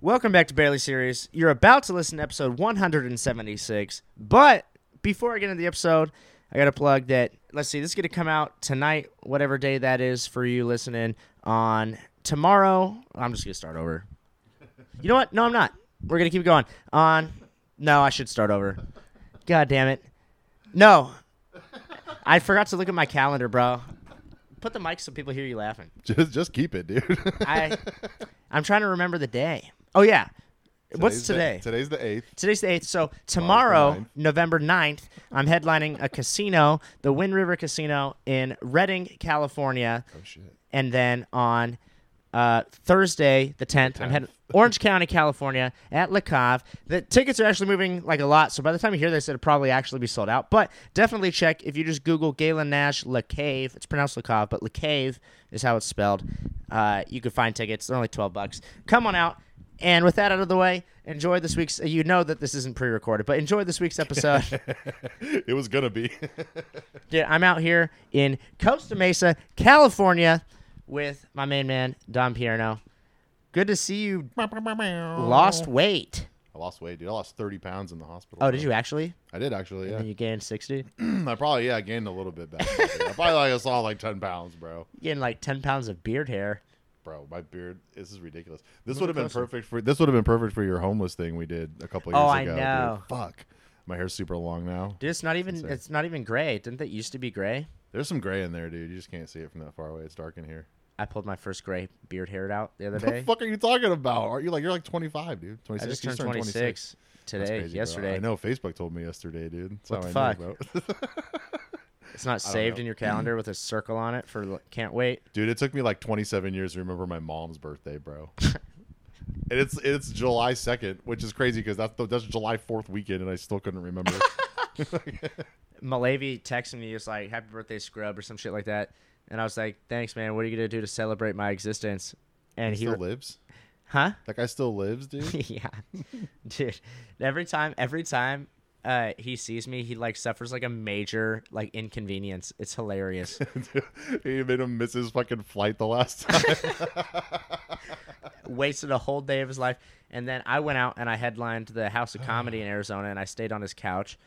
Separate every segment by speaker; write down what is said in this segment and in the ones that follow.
Speaker 1: Welcome back to Barely Serious. You're about to listen to episode 176. But before I get into the episode, I got to plug that. Let's see, this is going to come out tonight, whatever day that is for you listening. On tomorrow, I'm just going to start over. You know what? No, I'm not. We're going to keep going. On. No, I should start over. God damn it. No. I forgot to look at my calendar, bro. Put the mic so people hear you laughing.
Speaker 2: Just just keep it, dude.
Speaker 1: I I'm trying to remember the day. Oh yeah. What's
Speaker 2: Today's the-
Speaker 1: today?
Speaker 2: today's the eighth.
Speaker 1: Today's the 8th. So
Speaker 2: the
Speaker 1: tomorrow,
Speaker 2: ninth.
Speaker 1: November 9th, I'm headlining a casino, the Wind River Casino in Redding, California.
Speaker 2: Oh shit.
Speaker 1: And then on uh, Thursday, the 10th, I'm heading Orange County, California at Le Cave. The tickets are actually moving like a lot. So by the time you hear this, it'll probably actually be sold out. But definitely check if you just Google Galen Nash Le Cave. It's pronounced Le Cave, but Le Cave is how it's spelled. Uh, you can find tickets. They're only 12 bucks. Come on out. And with that out of the way, enjoy this week's. You know that this isn't pre recorded, but enjoy this week's episode.
Speaker 2: It was gonna be.
Speaker 1: Dude, I'm out here in Costa Mesa, California, with my main man Don Pierno. Good to see you. Lost weight.
Speaker 2: I lost weight, dude. I lost thirty pounds in the hospital.
Speaker 1: Oh, did you actually?
Speaker 2: I did actually. Yeah.
Speaker 1: And you gained sixty.
Speaker 2: I probably yeah I gained a little bit back. I probably like I saw like ten pounds, bro.
Speaker 1: You gained like ten pounds of beard hair.
Speaker 2: Bro, my beard. This is ridiculous. This would have been perfect for this would have been perfect for your homeless thing we did a couple years
Speaker 1: Oh, I
Speaker 2: ago. dude.
Speaker 1: know.
Speaker 2: Fuck. My hair's super long now.
Speaker 1: Dude, it's not even. It's not even gray. Didn't that used to be gray?
Speaker 2: There's some gray in there, dude. You just can't see it from that far away. It's dark in here.
Speaker 1: I pulled my first gray beard hair out the other
Speaker 2: What the
Speaker 1: day.
Speaker 2: fuck are you talking about? Are you like you're like 25, dude? 26.
Speaker 1: I just
Speaker 2: You
Speaker 1: turned twenty six
Speaker 2: That's
Speaker 1: today.
Speaker 2: crazy, bro.
Speaker 1: yesterday.
Speaker 2: I know Facebook told me yesterday, dude. That's
Speaker 1: What
Speaker 2: how I
Speaker 1: the
Speaker 2: know,
Speaker 1: fuck?
Speaker 2: bro.
Speaker 1: It's not saved in your calendar with a circle on it for like, can't wait.
Speaker 2: dude, it took me like 27 years to remember my mom's birthday, bro. and it's it's July 2nd, which is crazy because that's the, that's July 4th weekend, and I still couldn't remember.
Speaker 1: Malavy texted me, he was like, Happy birthday, scrub, or some shit like that. And I was like, Thanks, man. What are you going to do to celebrate my existence? And he,
Speaker 2: still
Speaker 1: re-
Speaker 2: lives.
Speaker 1: huh?
Speaker 2: That guy still lives, dude.
Speaker 1: yeah. Dude, every time, every time uh, he sees me, he like suffers like a major like inconvenience. It's hilarious.
Speaker 2: he made him miss his fucking flight the last time.
Speaker 1: Wasted a whole day of his life. And then I went out and I headlined the House of Comedy in Arizona and I stayed on his couch.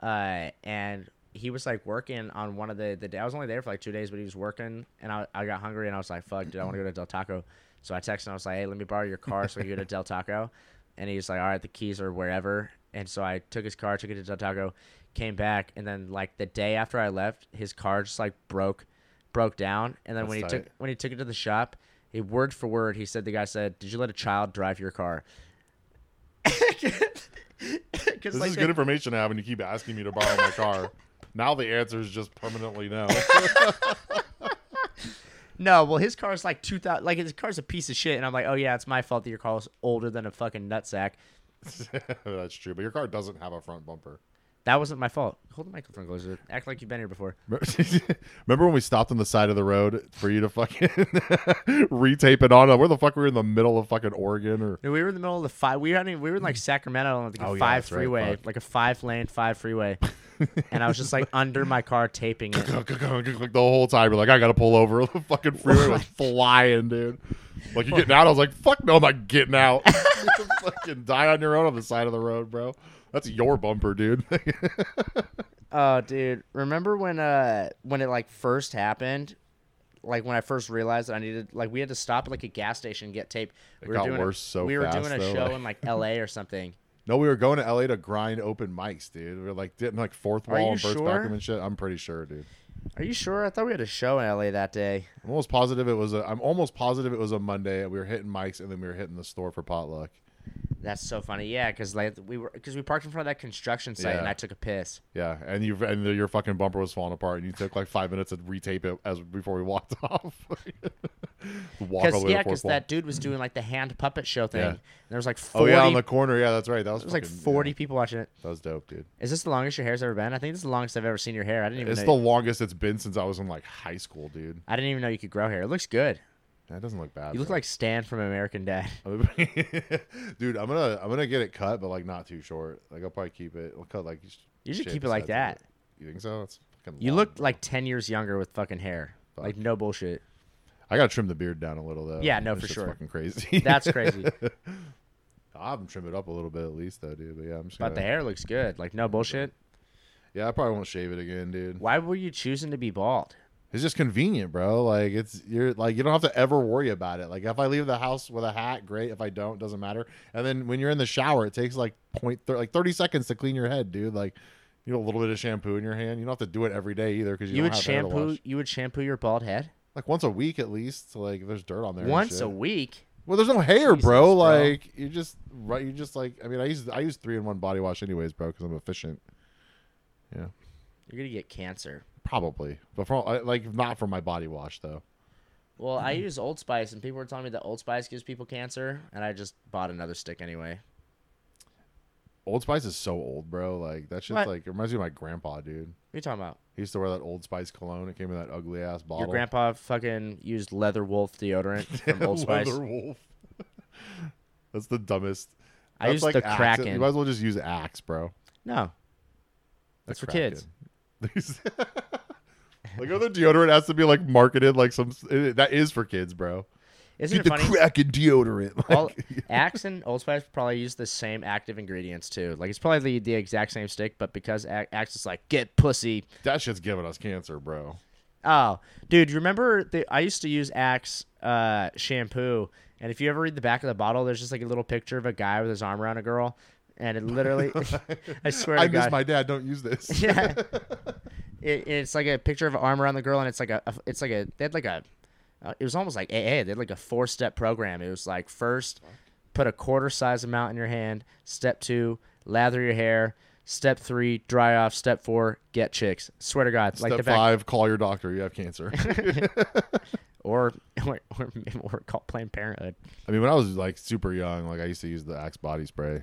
Speaker 1: Uh, and he was like working on one of the, the day. I was only there for like two days, but he was working and I, I got hungry and I was like, fuck, dude, I want to go to Del Taco. So I texted him, I was like, hey, let me borrow your car so we can go to Del Taco. And he's like, all right, the keys are wherever. And so I took his car, took it to Del Taco, came back. And then like the day after I left, his car just like broke, broke down. And then when he
Speaker 2: That's
Speaker 1: took,
Speaker 2: tight.
Speaker 1: when he took it to the shop, he word for word, he said the guy said, "Did you let a child drive your car?" Because
Speaker 2: This is good information to have when you keep asking me to borrow my car. Now the answer is just permanently no.
Speaker 1: no, well his car's like two thousand, like his car's a piece of shit, and I'm like, oh yeah, it's my fault that your car's older than a fucking nutsack.
Speaker 2: That's true, but your car doesn't have a front bumper.
Speaker 1: That wasn't my fault. Hold the microphone closer. Act like you've been here before.
Speaker 2: Remember when we stopped on the side of the road for you to fucking retape it on? Where the fuck we were in the middle of fucking Oregon or
Speaker 1: No, we were in the middle of the five. We were, in, we were in like Sacramento on like a
Speaker 2: Oh,
Speaker 1: five
Speaker 2: yeah, that's right,
Speaker 1: freeway,
Speaker 2: fuck.
Speaker 1: like a five lane five freeway, and I was just like under my car taping it.
Speaker 2: the whole time? You're like, I gotta pull over. The fucking freeway was flying, dude. Like you getting out? I was like, fuck no, I'm not getting out. You fucking die on your own on the side of the road, bro. That's your bumper, dude.
Speaker 1: Oh, dude! Remember when uh when it like first happened, like when I first realized that I needed like we had to stop at like a gas station and get tape. It we
Speaker 2: got
Speaker 1: doing
Speaker 2: worse
Speaker 1: a,
Speaker 2: so
Speaker 1: we were
Speaker 2: fast,
Speaker 1: doing a
Speaker 2: though,
Speaker 1: show
Speaker 2: like-
Speaker 1: in like L.A. or something.
Speaker 2: no, we were going to LA to grind open mics, dude. We were like didn't like fourth
Speaker 1: Are
Speaker 2: wall
Speaker 1: you
Speaker 2: and Burst
Speaker 1: sure?
Speaker 2: Beckham and shit. I'm pretty sure, dude.
Speaker 1: Are you sure? I thought we had a show in L.A. that day.
Speaker 2: I'm almost positive it was a. I'm almost positive it was a Monday. and We were hitting mics, and then we were hitting the store for potluck.
Speaker 1: That's so funny. Yeah, because like we were because we parked in front of that construction site and
Speaker 2: Yeah.
Speaker 1: I took a piss.
Speaker 2: Yeah, and you and your fucking bumper was falling apart, and you took like five minutes to retape it as before we walked off. Walk all
Speaker 1: Because
Speaker 2: the way to
Speaker 1: yeah,
Speaker 2: fourth
Speaker 1: because
Speaker 2: wall.
Speaker 1: that dude was doing like the hand puppet show thing.
Speaker 2: Yeah.
Speaker 1: And there was like
Speaker 2: Oh
Speaker 1: forty.
Speaker 2: yeah, on the corner. Yeah, that's right. That was,
Speaker 1: there was like
Speaker 2: fucking- yeah,
Speaker 1: forty people watching it.
Speaker 2: that was dope, dude.
Speaker 1: Is this the longest your hair's ever been? I think this is the longest I've ever seen your hair. I didn't even.
Speaker 2: It's
Speaker 1: know
Speaker 2: the longest it's been since I was in like high school, dude.
Speaker 1: I didn't even know you could grow hair. It looks good.
Speaker 2: That doesn't look bad.
Speaker 1: You look
Speaker 2: bro.
Speaker 1: like Stan from American Dad.
Speaker 2: dude. I'm gonna I'm gonna get it cut, but like not too short. Like I'll probably keep it. I'll cut like
Speaker 1: You should
Speaker 2: shape
Speaker 1: keep it like
Speaker 2: sides
Speaker 1: that.
Speaker 2: of You think so? It's fucking.
Speaker 1: You
Speaker 2: long,
Speaker 1: look
Speaker 2: bro.
Speaker 1: like 10 years younger with fucking hair. Like, no bullshit.
Speaker 2: I gotta trim the beard down a little though.
Speaker 1: Yeah, no,
Speaker 2: This
Speaker 1: for
Speaker 2: shit's
Speaker 1: sure.
Speaker 2: Fucking crazy.
Speaker 1: That's crazy.
Speaker 2: I'll have him trim it up a little bit at least, though, dude. But yeah, I'm just
Speaker 1: But
Speaker 2: gonna.
Speaker 1: the hair looks good. Like no bullshit.
Speaker 2: Yeah, I probably won't shave it again, dude.
Speaker 1: Why were you choosing to be bald?
Speaker 2: It's just convenient, bro. Like it's you're like you don't have to ever worry about it. Like if I leave the house with a hat, great. If I don't, doesn't matter. And then when you're in the shower, it takes like point thir- like thirty seconds to clean your head, dude. Like you know a little bit of shampoo in your hand. You don't have to do it every day either because you,
Speaker 1: You,
Speaker 2: don't
Speaker 1: would
Speaker 2: have hair to
Speaker 1: shampoo.
Speaker 2: wash.
Speaker 1: You would shampoo your bald head
Speaker 2: like once a week at least. Like if there's dirt on there. and
Speaker 1: once
Speaker 2: shit.
Speaker 1: a week.
Speaker 2: Well, there's no hair,
Speaker 1: Jesus,
Speaker 2: bro.
Speaker 1: bro.
Speaker 2: Like you just right. You just like I mean, I use I use three in one body wash anyways, bro, because I'm efficient. Yeah,
Speaker 1: You're gonna get cancer.
Speaker 2: probably, but for I- like not for my body wash though.
Speaker 1: Well,
Speaker 2: Mm-hmm.
Speaker 1: I use Old Spice, and people were telling me that Old Spice gives people cancer, and I just bought another stick anyway.
Speaker 2: Old Spice is so old, bro. Like that shit's
Speaker 1: What?
Speaker 2: like it reminds me of my grandpa,
Speaker 1: What
Speaker 2: dude.
Speaker 1: are you talking about?
Speaker 2: He used to wear that Old Spice cologne. It came in that ugly ass bottle.
Speaker 1: Your grandpa fucking used Leather Wolf deodorant from Old Spice.
Speaker 2: Leather wolf. That's the dumbest.
Speaker 1: I
Speaker 2: That's
Speaker 1: used
Speaker 2: like
Speaker 1: the
Speaker 2: Axe. You
Speaker 1: Kraken.
Speaker 2: might as well just use Axe, bro.
Speaker 1: No, That's
Speaker 2: That's
Speaker 1: for kids.
Speaker 2: like other deodorant has to be like marketed like some it- that is for kids, bro.
Speaker 1: isn't it
Speaker 2: Get the
Speaker 1: funny?
Speaker 2: Kraken deodorant. Like,
Speaker 1: All, Axe and Old Spice probably use the same active ingredients too. Like it's probably the, the exact same stick, but because A- Axe is like get pussy.
Speaker 2: that shit's giving us cancer, bro.
Speaker 1: Oh, dude, you remember the, I used to use Axe uh, shampoo, and if you ever read the back of the bottle, there's just like a little picture of a guy with his arm around a girl, and it literally, I swear
Speaker 2: I
Speaker 1: to
Speaker 2: miss
Speaker 1: God,
Speaker 2: my dad. Don't use this.
Speaker 1: yeah, it, it's like a picture of an arm around the girl, and it's like a, a- it's like a, they had like a, uh, it was almost like AA. They had like a four step program. It was like first, put a quarter size amount in your hand. Step two, lather your hair. Step three, dry off. Step four, get chicks. Swear to God, like
Speaker 2: Step
Speaker 1: the back
Speaker 2: five, call your doctor. You have cancer.
Speaker 1: or or or, or call Planned Parenthood.
Speaker 2: I mean, when I was like super young, like I used to use the Axe body spray.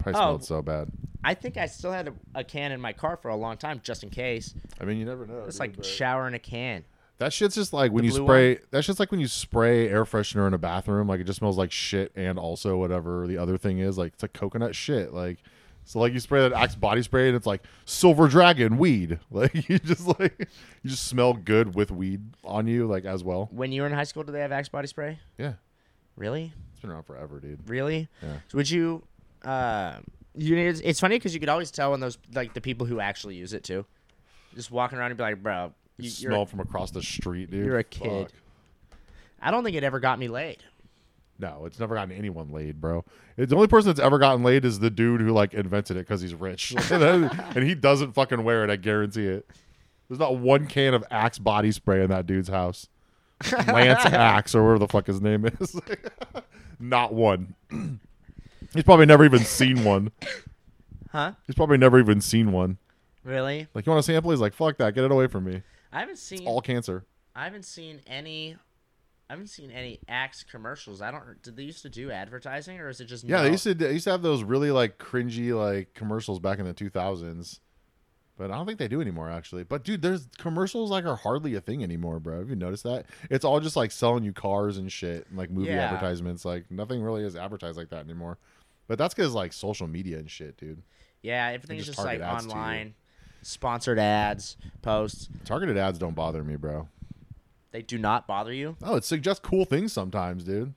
Speaker 2: Probably
Speaker 1: Oh.
Speaker 2: smelled so bad.
Speaker 1: I think I still had a, a can in my car for a long time, just in case.
Speaker 2: I mean, you never know.
Speaker 1: It's
Speaker 2: dude,
Speaker 1: like
Speaker 2: but-
Speaker 1: shower in a can.
Speaker 2: that shit's just like when you
Speaker 1: blue
Speaker 2: spray. That shit's like when you spray air freshener in a bathroom. Like it just smells like shit, and also whatever the other thing is, like it's like coconut shit. Like so, like you spray that Axe body spray, and it's like Silver Dragon weed. Like you just like you just smell good with weed on you, like as well.
Speaker 1: When you were in high school, did they have Axe body spray?
Speaker 2: Yeah,
Speaker 1: Really,
Speaker 2: it's been around forever, dude.
Speaker 1: really?
Speaker 2: Yeah.
Speaker 1: So would you? Uh, you it's, it's funny because you could always tell when those like the people who actually use it too, just walking around and be like, bro, you,
Speaker 2: You
Speaker 1: you're.
Speaker 2: smell
Speaker 1: a-
Speaker 2: from across the street, dude.
Speaker 1: you're a
Speaker 2: Fuck.
Speaker 1: kid. I don't think it ever got me laid.
Speaker 2: No, it's never gotten anyone laid, bro. It, the only person that's ever gotten laid is the dude who like invented it because he's rich, and he doesn't fucking wear it. I guarantee it. There's not one can of Axe body spray in that dude's house. Lance Axe or whatever the fuck his name is. not one. he's probably never even seen one.
Speaker 1: Huh?
Speaker 2: He's probably never even seen one.
Speaker 1: Really?
Speaker 2: Like you want a sample? He's like, fuck that, get it away from me.
Speaker 1: I haven't seen.
Speaker 2: All cancer.
Speaker 1: I haven't seen any. I haven't seen any Axe commercials. I don't. Did they used to do advertising, or is it just
Speaker 2: Yeah,
Speaker 1: no?
Speaker 2: they used to they used to have those really like cringy like commercials back in the two thousands, but I don't think they do anymore actually. But dude, there's commercials like are hardly a thing anymore, bro. Have you noticed that? It's all just like selling you cars and shit, and like movie
Speaker 1: Yeah.
Speaker 2: advertisements. Like nothing really is advertised like that anymore. But that's because like social media and shit, dude.
Speaker 1: Yeah, everything's
Speaker 2: just
Speaker 1: just like
Speaker 2: target ads to you.
Speaker 1: online, sponsored ads, posts.
Speaker 2: Targeted ads don't bother me, bro.
Speaker 1: They do not bother you.
Speaker 2: Oh, it suggests cool things sometimes, dude.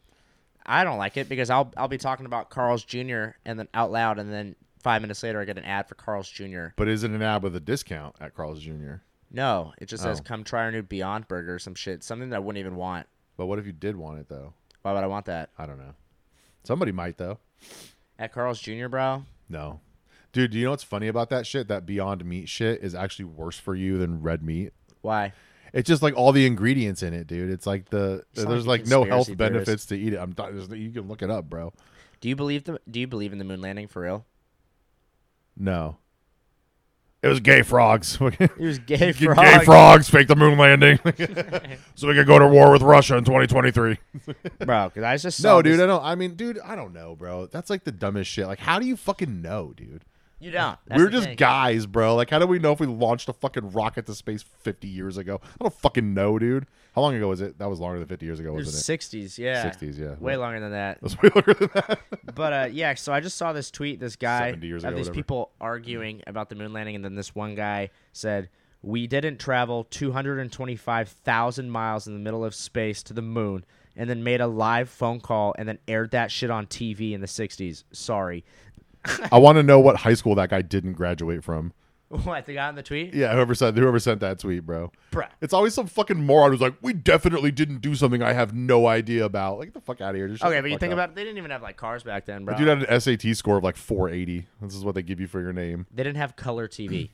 Speaker 1: I don't like it because I'll I'll be talking about Carl's Jr. and then out loud, and then five minutes later I get an ad for Carl's Jr.
Speaker 2: But is it an ad with a discount at Carl's Jr.?
Speaker 1: No, it just says
Speaker 2: Oh.
Speaker 1: come try our new Beyond Burger or some shit, something that I wouldn't even want.
Speaker 2: But what if you did want it though?
Speaker 1: Why would I want that
Speaker 2: I don't know. Somebody might though.
Speaker 1: at Carl's Jr. Bro?
Speaker 2: No. Dude, do you know what's funny about that shit? That Beyond Meat shit is actually worse for you than red meat.
Speaker 1: Why?
Speaker 2: It's just like all the ingredients in it, dude. It's like the
Speaker 1: sound
Speaker 2: there's
Speaker 1: like
Speaker 2: like
Speaker 1: a
Speaker 2: no health
Speaker 1: conspiracy theorist.
Speaker 2: benefits to eat it. I'm not, there's- you can look it up, bro.
Speaker 1: Do you believe the Do you believe in the moon landing for real?
Speaker 2: No. It was gay frogs.
Speaker 1: It was gay
Speaker 2: Gay
Speaker 1: frog.
Speaker 2: frogs fake the moon landing so we could go to war with Russia in 2023.
Speaker 1: bro. Because I just saw
Speaker 2: No, dude,
Speaker 1: this-
Speaker 2: I don't. I mean, dude, I don't know, bro. That's like the dumbest shit. Like, how do you fucking know, dude?
Speaker 1: You don't. That's
Speaker 2: We're
Speaker 1: the
Speaker 2: just
Speaker 1: thing.
Speaker 2: guys, bro. Like, how do we know if we launched a fucking rocket to space 50 years ago? I don't fucking know, dude. How long ago was it? That was longer than 50 years ago,
Speaker 1: It was
Speaker 2: wasn't it?
Speaker 1: 60s, yeah.
Speaker 2: 60s, yeah.
Speaker 1: Way longer than that.
Speaker 2: That's way longer than that.
Speaker 1: But uh, yeah, so I just saw this tweet. This guy
Speaker 2: 70 years
Speaker 1: of
Speaker 2: ago,
Speaker 1: these
Speaker 2: whatever.
Speaker 1: people arguing about the moon landing, and then this one guy said, "We didn't travel 225,000 miles in the middle of space to the moon and then made a live phone call and then aired that shit on TV in the 60s. Sorry.
Speaker 2: I want to know what high school that guy didn't graduate from.
Speaker 1: What, the guy on the tweet?
Speaker 2: Yeah, whoever sent whoever sent that tweet, bro.
Speaker 1: Bruh.
Speaker 2: It's always some fucking moron who's like, "We definitely didn't do something I have no idea about." Like, get the fuck out of here. Just shut
Speaker 1: Okay,
Speaker 2: the
Speaker 1: but you
Speaker 2: fuck
Speaker 1: think
Speaker 2: up.
Speaker 1: about it, they didn't even have like cars back then, bro.
Speaker 2: Dude had an SAT score of like 480. This is what they give you for your name,
Speaker 1: they didn't have color TV.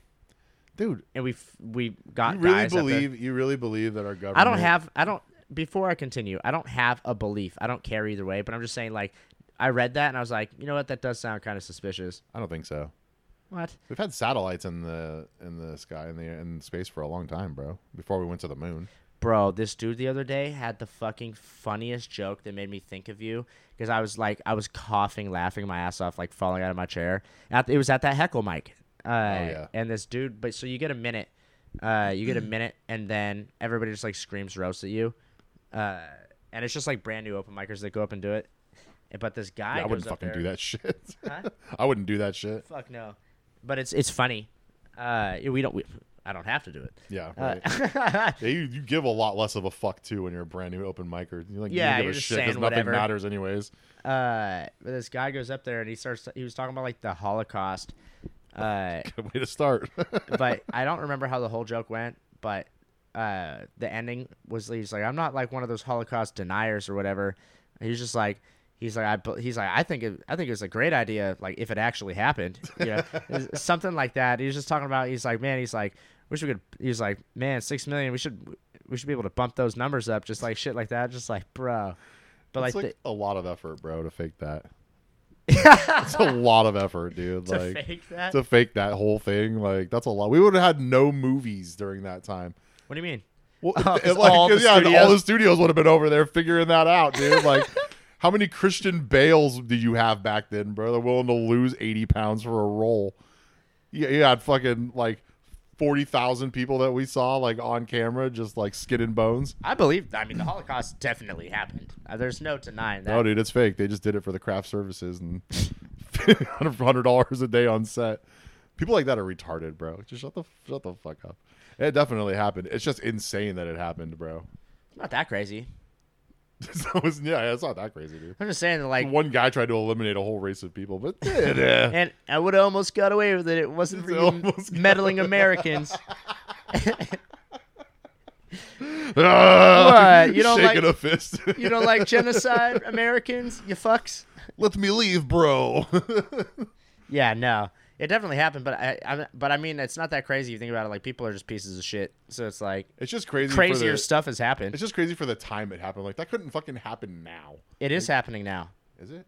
Speaker 2: dude.
Speaker 1: and we f- we got
Speaker 2: You really
Speaker 1: Uh, guys at the-
Speaker 2: believe you really believe that our government?
Speaker 1: I don't have I don't before I continue, I don't have a belief. I don't care either way, but I'm just saying like I read that and I was like, you know what, that does sound kind of suspicious.
Speaker 2: I don't think so.
Speaker 1: What?
Speaker 2: We've had satellites in the in the sky in the in space for a long time, bro. Before we went to the moon.
Speaker 1: Bro, this dude the other day had the fucking funniest joke that made me think of you because I was like, I was coughing, laughing my ass off, like falling out of my chair. At, it was at that heckle mic. Uh,
Speaker 2: Oh, yeah.
Speaker 1: And this dude, but so you get a minute, uh, you get a minute, and then everybody just like screams roast at you. Uh, and it's just like brand new open micers that go up and do it. But this guy,
Speaker 2: Yeah, I
Speaker 1: goes
Speaker 2: wouldn't
Speaker 1: up
Speaker 2: fucking
Speaker 1: there-
Speaker 2: do that shit.
Speaker 1: Huh?
Speaker 2: I wouldn't do that shit.
Speaker 1: Fuck no. But it's it's funny. Uh, we don't. We, I don't have to do it.
Speaker 2: Yeah,
Speaker 1: Uh,
Speaker 2: right. Yeah, you, you give a lot less of a fuck too when you're a brand new open micer. You like
Speaker 1: Yeah,
Speaker 2: you don't give
Speaker 1: you're
Speaker 2: a
Speaker 1: just
Speaker 2: shit
Speaker 1: saying
Speaker 2: nothing
Speaker 1: whatever.
Speaker 2: matters anyways.
Speaker 1: uh, but this guy goes up there and he starts. He was talking about like the Holocaust, uh,
Speaker 2: Good way to start.
Speaker 1: but I don't remember how the whole joke went. But uh, the ending was he's like, I'm not like one of those Holocaust deniers or whatever. And he's just like, he's like, I, bel- he's like, I think it, I think it was a great idea, like if it actually happened, you know, It's something like that. He was just talking about. He's like, man, he's like, wish we could. He was like, man, six million. We should, we should be able to bump those numbers up, just like shit like that. Just like, bro. But
Speaker 2: it's
Speaker 1: like,
Speaker 2: like
Speaker 1: the-
Speaker 2: a lot of effort, bro, to fake that. it's a lot of effort, dude.
Speaker 1: to
Speaker 2: like
Speaker 1: fake that.
Speaker 2: to fake that whole thing, like that's a lot. We would have had no movies during that time.
Speaker 1: what do you mean?
Speaker 2: Well,
Speaker 1: Oh, 'cause
Speaker 2: and, like,
Speaker 1: all the
Speaker 2: 'cause, yeah, and all
Speaker 1: studios-
Speaker 2: the studios would have been over there figuring that out, dude. Like, how many Christian Bales did you have back then, bro? They're willing to lose eighty pounds for a roll. Yeah, you had fucking like forty thousand people that we saw like on camera, just like skin and bones.
Speaker 1: I believe. I mean, the Holocaust definitely happened. Uh, there's no denying that.
Speaker 2: No, dude, it's fake. They just did it for the craft services and hundred dollars a day on set. People like that are retarded, bro. Just shut the shut the fuck up. It definitely happened. It's just insane that it happened, bro.
Speaker 1: Not that crazy.
Speaker 2: So it's, yeah, it's not that crazy, dude.
Speaker 1: I'm just saying that, like,
Speaker 2: One guy tried to eliminate a whole race of people, but eh, eh.
Speaker 1: and I would have almost got away with it. It wasn't for
Speaker 2: It
Speaker 1: you
Speaker 2: almost got
Speaker 1: meddling Americans.
Speaker 2: Ah,
Speaker 1: What? You don't
Speaker 2: shaking
Speaker 1: like-
Speaker 2: a fist.
Speaker 1: You don't like genocide, Americans? You fucks.
Speaker 2: Let me leave, bro.
Speaker 1: Yeah, no, it definitely happened. But I, I, but I mean, it's not that crazy. If you think about it, like, people are just pieces of shit. So it's like
Speaker 2: it's just crazy.
Speaker 1: crazier
Speaker 2: For the,
Speaker 1: stuff has happened.
Speaker 2: it's just crazy for the time it happened. Like that couldn't fucking happen now,
Speaker 1: It is happening now.
Speaker 2: is it?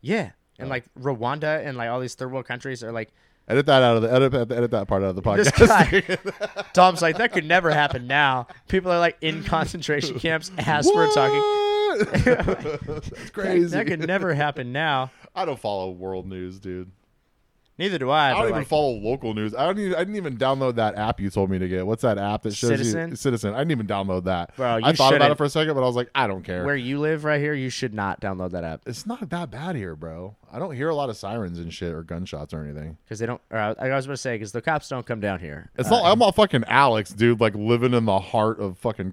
Speaker 1: Yeah,
Speaker 2: Oh.
Speaker 1: and like Rwanda and like all these third world countries are like
Speaker 2: Edit that out of the edit, edit that part out of the
Speaker 1: this
Speaker 2: podcast.
Speaker 1: guy. Tom's like, that could never happen now. People are like in concentration camps as we're talking.
Speaker 2: talking. That's crazy.
Speaker 1: That could never happen now.
Speaker 2: I don't follow world news, dude.
Speaker 1: Neither do I.
Speaker 2: I
Speaker 1: but,
Speaker 2: don't even
Speaker 1: like,
Speaker 2: follow local news. I don't even. I didn't even download that app you told me to get. What's that app that shows
Speaker 1: Citizen?
Speaker 2: you Citizen? I didn't even download that.
Speaker 1: Bro, you
Speaker 2: I thought about
Speaker 1: shouldn't.
Speaker 2: it for a second, but I was like, I don't care.
Speaker 1: where you live right here, you should not download that app
Speaker 2: it's not that bad here, bro. I don't hear a lot of sirens and shit or gunshots or anything.
Speaker 1: because they don't. Or I, I was about to say because the cops don't come down here. Uh,
Speaker 2: It's not. I'm not fucking Alex, dude. Like living in the heart of fucking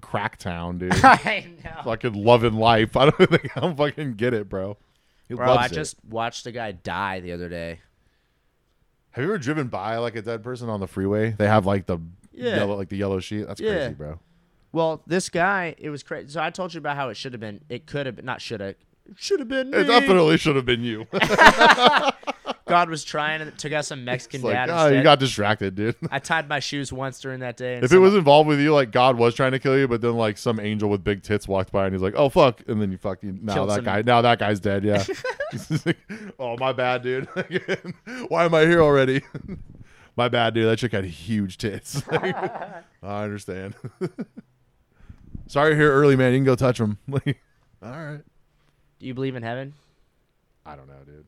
Speaker 2: Cracktown, dude.
Speaker 1: I know.
Speaker 2: fucking loving life. I don't think I'm fucking get it, bro. He
Speaker 1: Bro,
Speaker 2: loves
Speaker 1: I
Speaker 2: it.
Speaker 1: just watched a guy die the other day.
Speaker 2: Have you ever driven by like a dead person on the freeway? They have like the
Speaker 1: Yeah.
Speaker 2: yellow, like the yellow sheet. That's
Speaker 1: Yeah.
Speaker 2: crazy, bro.
Speaker 1: Well, this guy, it was crazy. So I told you about how it should have been. It could have been. Not should have. Should have been.
Speaker 2: It
Speaker 1: Me.
Speaker 2: definitely should have been you.
Speaker 1: God was trying and it took out some Mexican
Speaker 2: It's like,
Speaker 1: dad.
Speaker 2: oh,
Speaker 1: instead.
Speaker 2: you got distracted, dude.
Speaker 1: I tied my shoes once during that day. And
Speaker 2: if it was involved with you, like God was trying to kill you, but then like some angel with big tits walked by and he's like, "Oh fuck," and then you fucking now
Speaker 1: Killed
Speaker 2: that
Speaker 1: some-
Speaker 2: guy now that guy's dead. Yeah. oh my bad, dude. Why am I here already? my bad, dude. That chick had huge tits. I understand. Sorry, you're here early, man. You can go touch them. Like, all right.
Speaker 1: do you believe in heaven?
Speaker 2: I don't know, dude.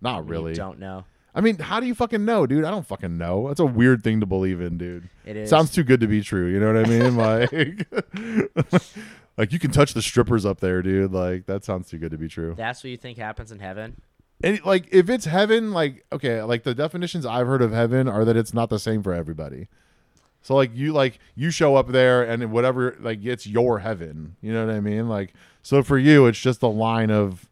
Speaker 2: Not really.
Speaker 1: You don't know.
Speaker 2: I mean, how do you fucking know, dude? I don't fucking know. That's a weird thing to believe in, dude.
Speaker 1: It is.
Speaker 2: Sounds too good to be true. You know what I mean? like, like you can touch the strippers up there, dude. Like that sounds too good to be true.
Speaker 1: That's what you think happens in heaven.
Speaker 2: And like, if it's heaven, like okay, like the definitions I've heard of heaven are that it's not the same for everybody. So like you like you show up there and whatever like it's your heaven. You know what I mean? Like so for you it's just a line of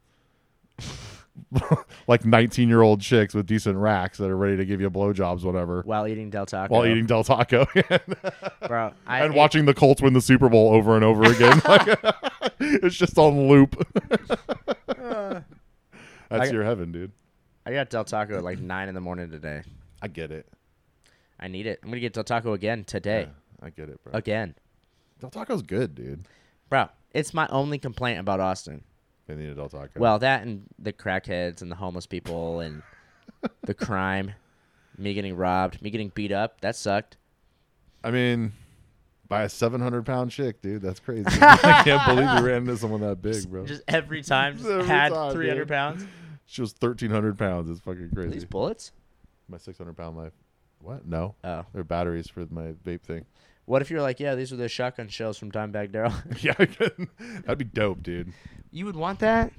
Speaker 2: like 19 year old chicks with decent racks that are ready to give you blowjobs whatever
Speaker 1: while eating Del Taco.
Speaker 2: while eating Del Taco
Speaker 1: bro, I
Speaker 2: and
Speaker 1: ate-
Speaker 2: watching the Colts win the Super Bowl over and over again. Like, it's just on loop. That's
Speaker 1: I-
Speaker 2: your heaven, dude.
Speaker 1: I got Del Taco at like nine in the morning today.
Speaker 2: I get it.
Speaker 1: I need it. I'm gonna get Del Taco again today.
Speaker 2: I get it, bro.
Speaker 1: Again,
Speaker 2: Del Taco's good, dude.
Speaker 1: bro. It's my only complaint about Austin.
Speaker 2: They need a Del Taco.
Speaker 1: Well, that and the crackheads and the homeless people and the crime, me getting robbed, me getting beat up. That sucked.
Speaker 2: I mean, by a 700 pound chick, dude. That's crazy. I can't believe you ran into someone that big, bro.
Speaker 1: Just every time, just
Speaker 2: Every
Speaker 1: had
Speaker 2: time,
Speaker 1: 300
Speaker 2: dude.
Speaker 1: pounds.
Speaker 2: she was 1,300 pounds. It's fucking
Speaker 1: Are
Speaker 2: crazy.
Speaker 1: these bullets?
Speaker 2: my 600 pound life. What? No.
Speaker 1: Oh.
Speaker 2: They're batteries for my vape thing.
Speaker 1: What if you're like, yeah, these are the shotgun shells from Dimebag Daryl?
Speaker 2: yeah, I can- that'd be dope, dude.
Speaker 1: you would want that?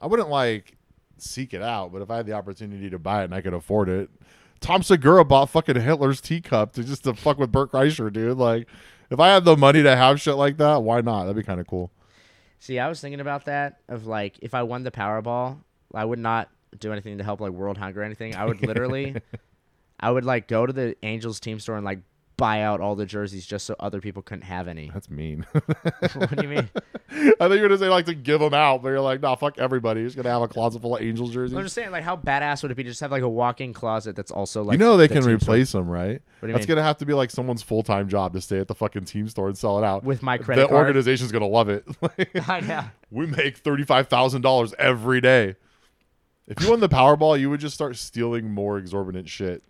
Speaker 2: I wouldn't like seek it out, but if I had the opportunity to buy it and I could afford it, Tom Segura bought fucking Hitler's teacup to just to fuck with Burt Kreischer, dude. Like, if I had the money to have shit like that, why not? That'd be kind of cool.
Speaker 1: See, I was thinking about that of like, if I won the Powerball, I would not do anything to help like world hunger or anything. I would literally, I would like go to the Angels team store and like buy out all the jerseys just so other people couldn't have any.
Speaker 2: That's mean.
Speaker 1: what do you mean?
Speaker 2: I think you're gonna say like to give them out, but you're like, nah, fuck everybody. You're just gonna have a closet full of Angels jerseys.
Speaker 1: I'm just saying, like, how badass would it be to just have like a walk-in closet that's also like
Speaker 2: you know they
Speaker 1: the
Speaker 2: can
Speaker 1: team store?
Speaker 2: replace them,
Speaker 1: What
Speaker 2: right?
Speaker 1: do you
Speaker 2: That's
Speaker 1: mean?
Speaker 2: gonna have to be like someone's full time job to stay at the fucking team store and sell it out
Speaker 1: With my
Speaker 2: The
Speaker 1: credit card?
Speaker 2: organization's gonna love it.
Speaker 1: I know.
Speaker 2: we make thirty five thousand dollars every day. If you won the Powerball, you would just start stealing more exorbitant shit.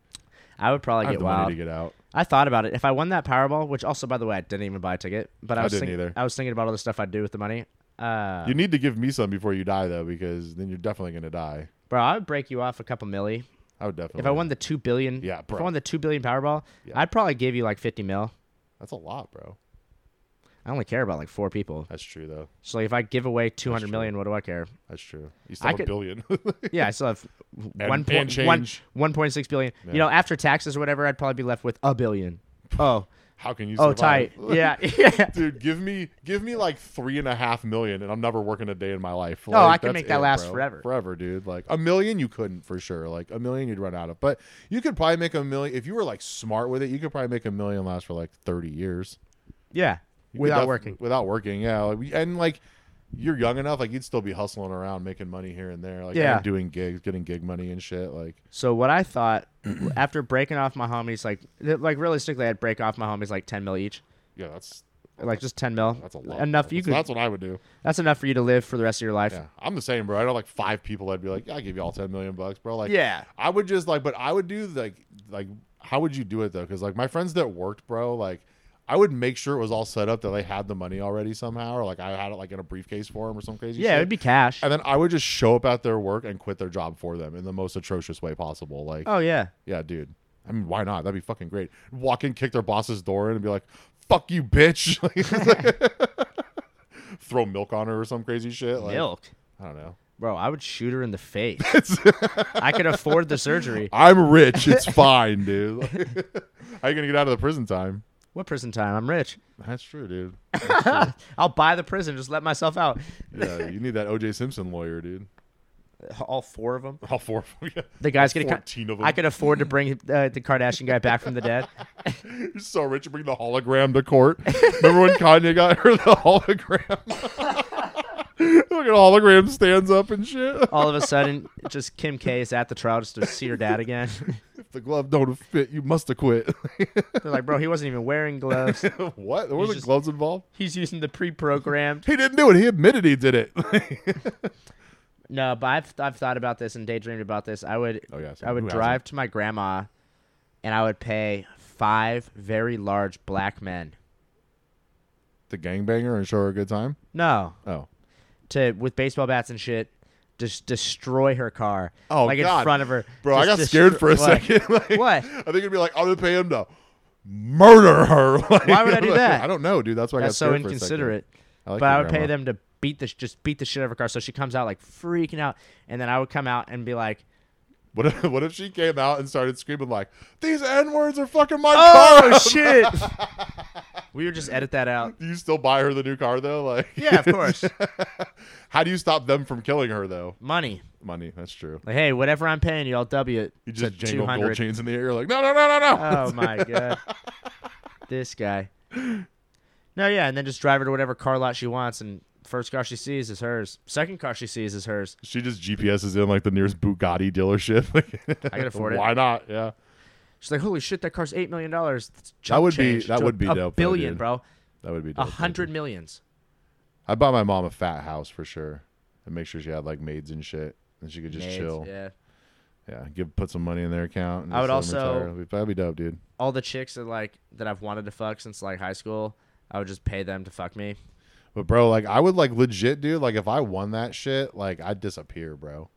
Speaker 1: I would probably
Speaker 2: I have
Speaker 1: get
Speaker 2: the
Speaker 1: wild.
Speaker 2: money to get out.
Speaker 1: I thought about it. If I won that Powerball, which also, by the way, I didn't even buy a ticket, but I,
Speaker 2: I
Speaker 1: was
Speaker 2: didn't
Speaker 1: thinking,
Speaker 2: either.
Speaker 1: I was thinking about all the stuff I'd do with the money. Uh,
Speaker 2: You need to give me some before you die, though, because then you're definitely gonna die.
Speaker 1: bro, I would break you off a couple milli.
Speaker 2: I would definitely.
Speaker 1: If I won the two billion,
Speaker 2: Yeah,
Speaker 1: if
Speaker 2: bro.
Speaker 1: I won the two billion Powerball,
Speaker 2: Yeah.
Speaker 1: I'd probably give you like fifty mil.
Speaker 2: that's a lot, bro.
Speaker 1: I only care about like four people.
Speaker 2: That's true, though.
Speaker 1: So like, if I give away two hundred
Speaker 2: true.
Speaker 1: million, what do I care?
Speaker 2: That's true. You still
Speaker 1: I
Speaker 2: have
Speaker 1: could-
Speaker 2: a billion.
Speaker 1: Yeah, I still have
Speaker 2: And-
Speaker 1: one
Speaker 2: and
Speaker 1: point one
Speaker 2: change.
Speaker 1: one point six billion.
Speaker 2: Yeah.
Speaker 1: You know, after taxes or whatever, I'd probably be left with a billion. Oh,
Speaker 2: How can you?
Speaker 1: oh,
Speaker 2: survive?
Speaker 1: tight. Yeah, yeah.
Speaker 2: dude give me give me like three and a half million and i'm never working a day in my life
Speaker 1: No,
Speaker 2: Like,
Speaker 1: Oh, I can
Speaker 2: that's
Speaker 1: make that
Speaker 2: it,
Speaker 1: last
Speaker 2: bro.
Speaker 1: forever.
Speaker 2: forever dude like a million you couldn't for sure like a million you'd run out of but you could probably make a million if you were like smart with it you could probably make a million last for like 30 years
Speaker 1: Yeah,
Speaker 2: You could
Speaker 1: without
Speaker 2: def-
Speaker 1: working.
Speaker 2: without working yeah Like, we- and like you're young enough like you'd still be hustling around making money here and there like
Speaker 1: Yeah.
Speaker 2: and doing gigs getting gig money and shit like
Speaker 1: So what I thought after breaking off my homies, like th- like realistically, I'd break off my homies like ten mil each,
Speaker 2: yeah that's
Speaker 1: like just ten mil.
Speaker 2: that's a lot
Speaker 1: Enough
Speaker 2: bro.
Speaker 1: you
Speaker 2: So
Speaker 1: could.
Speaker 2: that's what i would do
Speaker 1: That's enough for you to live for the rest of your life.
Speaker 2: Yeah, I'm the same, bro. I know like five people that'd be like, "Yeah, I give you all ten million bucks, bro." Like,
Speaker 1: Yeah.
Speaker 2: I would just like, but I would do like, like, how would you do it though? Because like my friends that worked, bro, like, I would make sure it was all set up that they had the money already somehow, or like I had it like in a briefcase for them or some crazy.
Speaker 1: Yeah,
Speaker 2: shit.
Speaker 1: it'd be cash.
Speaker 2: And then I would just show up at their work and quit their job for them in the most atrocious way possible. Like,
Speaker 1: oh yeah.
Speaker 2: yeah, dude. I mean, why not? That'd be fucking great. Walk in, kick their boss's door in, and be like, "Fuck you, bitch!" Throw milk on her or some crazy shit. Like,
Speaker 1: Milk.
Speaker 2: I don't know.
Speaker 1: Bro, I would shoot her in the face. I could afford the surgery.
Speaker 2: I'm rich. It's fine, dude. How you gonna get out of the prison time?
Speaker 1: What prison time? I'm rich.
Speaker 2: That's true, dude.
Speaker 1: I'll buy the prison, just let myself out.
Speaker 2: Yeah, you need that O.J. Simpson lawyer, dude.
Speaker 1: All four of them.
Speaker 2: All four of them. Yeah.
Speaker 1: The guy's gonna. co-
Speaker 2: 14 of 'em.
Speaker 1: I could afford to bring uh, the Kardashian guy back from the dead.
Speaker 2: You're so rich. You bring the hologram to court. Remember when Kanye got her the hologram? Look at hologram stands up and shit.
Speaker 1: All of a sudden, just Kim K is at the trial just to see her dad again.
Speaker 2: If the glove don't fit, you must have quit.
Speaker 1: They're like, bro, he wasn't even wearing gloves.
Speaker 2: what? There wasn't
Speaker 1: just-
Speaker 2: gloves involved.
Speaker 1: He's using the pre-programmed.
Speaker 2: He didn't do it. He admitted he did it.
Speaker 1: No, but I've I've thought about this and daydreamed about this. I would
Speaker 2: Oh, yeah, so
Speaker 1: I
Speaker 2: who
Speaker 1: would
Speaker 2: hasn't?
Speaker 1: drive to my grandma, and I would pay five very large black men.
Speaker 2: the gangbanger and show her a good time.
Speaker 1: No,
Speaker 2: Oh.
Speaker 1: to with baseball bats and shit, just destroy her car.
Speaker 2: Oh,
Speaker 1: like
Speaker 2: God.
Speaker 1: in front of her,
Speaker 2: Bro, I
Speaker 1: Just
Speaker 2: got scared
Speaker 1: destro-
Speaker 2: for a
Speaker 1: What?
Speaker 2: second. Like,
Speaker 1: What?
Speaker 2: I think it'd be like, I'm gonna pay him to murder her. Like,
Speaker 1: Why would I do that?
Speaker 2: I don't know, dude. That's why
Speaker 1: That's
Speaker 2: I
Speaker 1: so
Speaker 2: got scared for a second.
Speaker 1: inconsiderate.
Speaker 2: I like
Speaker 1: but
Speaker 2: your
Speaker 1: I would pay
Speaker 2: grandma.
Speaker 1: them to beat the sh- just beat the shit out of her car. So she comes out like freaking out, and then I would come out and be like,
Speaker 2: What if, what if she came out and started screaming like, "These n words are fucking my
Speaker 1: Oh
Speaker 2: car"?
Speaker 1: shit! we would just edit that out.
Speaker 2: Do you still buy her the new car though? Like,
Speaker 1: Yeah, of course.
Speaker 2: How do you stop them from killing her though?
Speaker 1: Money.
Speaker 2: Money. That's true.
Speaker 1: Like, hey, whatever I'm paying you, I'll W it.
Speaker 2: You
Speaker 1: to
Speaker 2: just jangle gold
Speaker 1: 200.
Speaker 2: chains in the air. You're like, no, no, no, no, no.
Speaker 1: Oh my god. This guy. No, yeah, and then just drive her to whatever car lot she wants, and first car she sees is hers. Second car she sees is hers.
Speaker 2: She just GPS's in like the nearest Bugatti dealership.
Speaker 1: I can afford it.
Speaker 2: Why not? Yeah.
Speaker 1: She's like, "Holy shit, that car's eight million dollars."
Speaker 2: That would be- that would be
Speaker 1: a
Speaker 2: dope, though,
Speaker 1: billion,
Speaker 2: dude.
Speaker 1: bro.
Speaker 2: That would be
Speaker 1: A
Speaker 2: dope.
Speaker 1: hundred millions.
Speaker 2: I bought my mom a fat house for sure, and make sure she had like maids and shit, and she could just
Speaker 1: Maids,
Speaker 2: chill. Yeah.
Speaker 1: Yeah.
Speaker 2: give put some money in their account. And
Speaker 1: I
Speaker 2: just
Speaker 1: would
Speaker 2: let them
Speaker 1: also-
Speaker 2: retire. That'd be- that'd be dope, dude.
Speaker 1: All the chicks that like that I've wanted to fuck since like high school, I would just pay them to fuck me.
Speaker 2: But bro, like I would like legit, dude. Like if I won that shit, like I'd disappear, bro.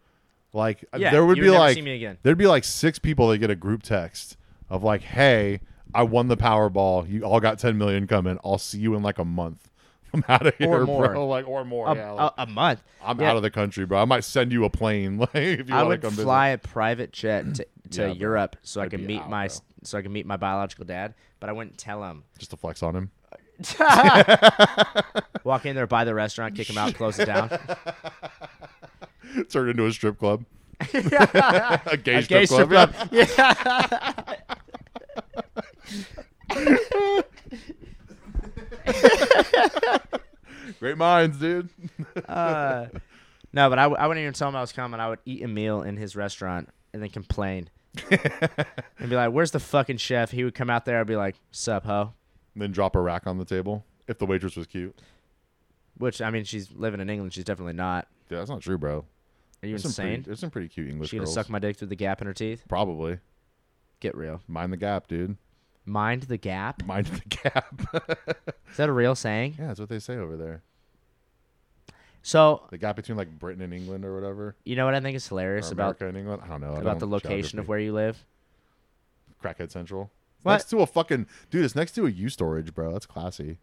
Speaker 2: Like
Speaker 1: Yeah,
Speaker 2: Uh, there would
Speaker 1: you
Speaker 2: be
Speaker 1: would never
Speaker 2: like
Speaker 1: see me again.
Speaker 2: there'd be like six people that get a group text of like, "Hey, I won the Powerball. You all got ten million coming. I'll see you in like a month. I'm out of here,
Speaker 1: more.
Speaker 2: bro. Like or more.
Speaker 1: A,
Speaker 2: yeah,
Speaker 1: a,
Speaker 2: like,
Speaker 1: a month.
Speaker 2: I'm
Speaker 1: yeah.
Speaker 2: out of the country, bro. I might send you a plane. Like if you
Speaker 1: I
Speaker 2: want to
Speaker 1: would
Speaker 2: come visit.
Speaker 1: fly a private jet to, to
Speaker 2: Yeah, bro.
Speaker 1: Europe so I
Speaker 2: I'd
Speaker 1: could
Speaker 2: be
Speaker 1: meet
Speaker 2: out,
Speaker 1: my
Speaker 2: bro.
Speaker 1: so I could meet my biological dad, but I wouldn't tell him.
Speaker 2: just to flex on him.
Speaker 1: Walk in there, buy the restaurant, kick him out, close it down.
Speaker 2: Turn into a strip club. a gay,
Speaker 1: A
Speaker 2: strip,
Speaker 1: gay strip
Speaker 2: club. yeah.
Speaker 1: club. Yeah.
Speaker 2: Great minds, dude.
Speaker 1: Uh, no, but I, w- I wouldn't even tell him I was coming. I would eat a meal in his restaurant and then complain. and be like, where's the fucking chef? He would come out there. I'd be like, sup, ho.
Speaker 2: And then drop a rack on the table if the waitress was cute.
Speaker 1: Which, I mean, she's living in England. She's definitely not.
Speaker 2: Yeah, that's not true, bro.
Speaker 1: Are you
Speaker 2: There's Some
Speaker 1: insane?
Speaker 2: pretty, there's some pretty cute English
Speaker 1: She gonna
Speaker 2: girls.
Speaker 1: suck my dick through the gap in her teeth?
Speaker 2: Probably.
Speaker 1: Get real.
Speaker 2: Mind the gap, dude.
Speaker 1: Mind the gap?
Speaker 2: Mind the gap.
Speaker 1: Is that a real saying?
Speaker 2: yeah, that's what they say over there.
Speaker 1: So
Speaker 2: The gap between like Britain and England or whatever.
Speaker 1: you know what I think is hilarious
Speaker 2: Or
Speaker 1: about
Speaker 2: America and England. I don't know. I
Speaker 1: about the
Speaker 2: don't-
Speaker 1: location of
Speaker 2: geography.
Speaker 1: where you live?
Speaker 2: Crackhead Central. It's
Speaker 1: What?
Speaker 2: Next to a fucking dude, it's next to a U storage, bro. That's classy.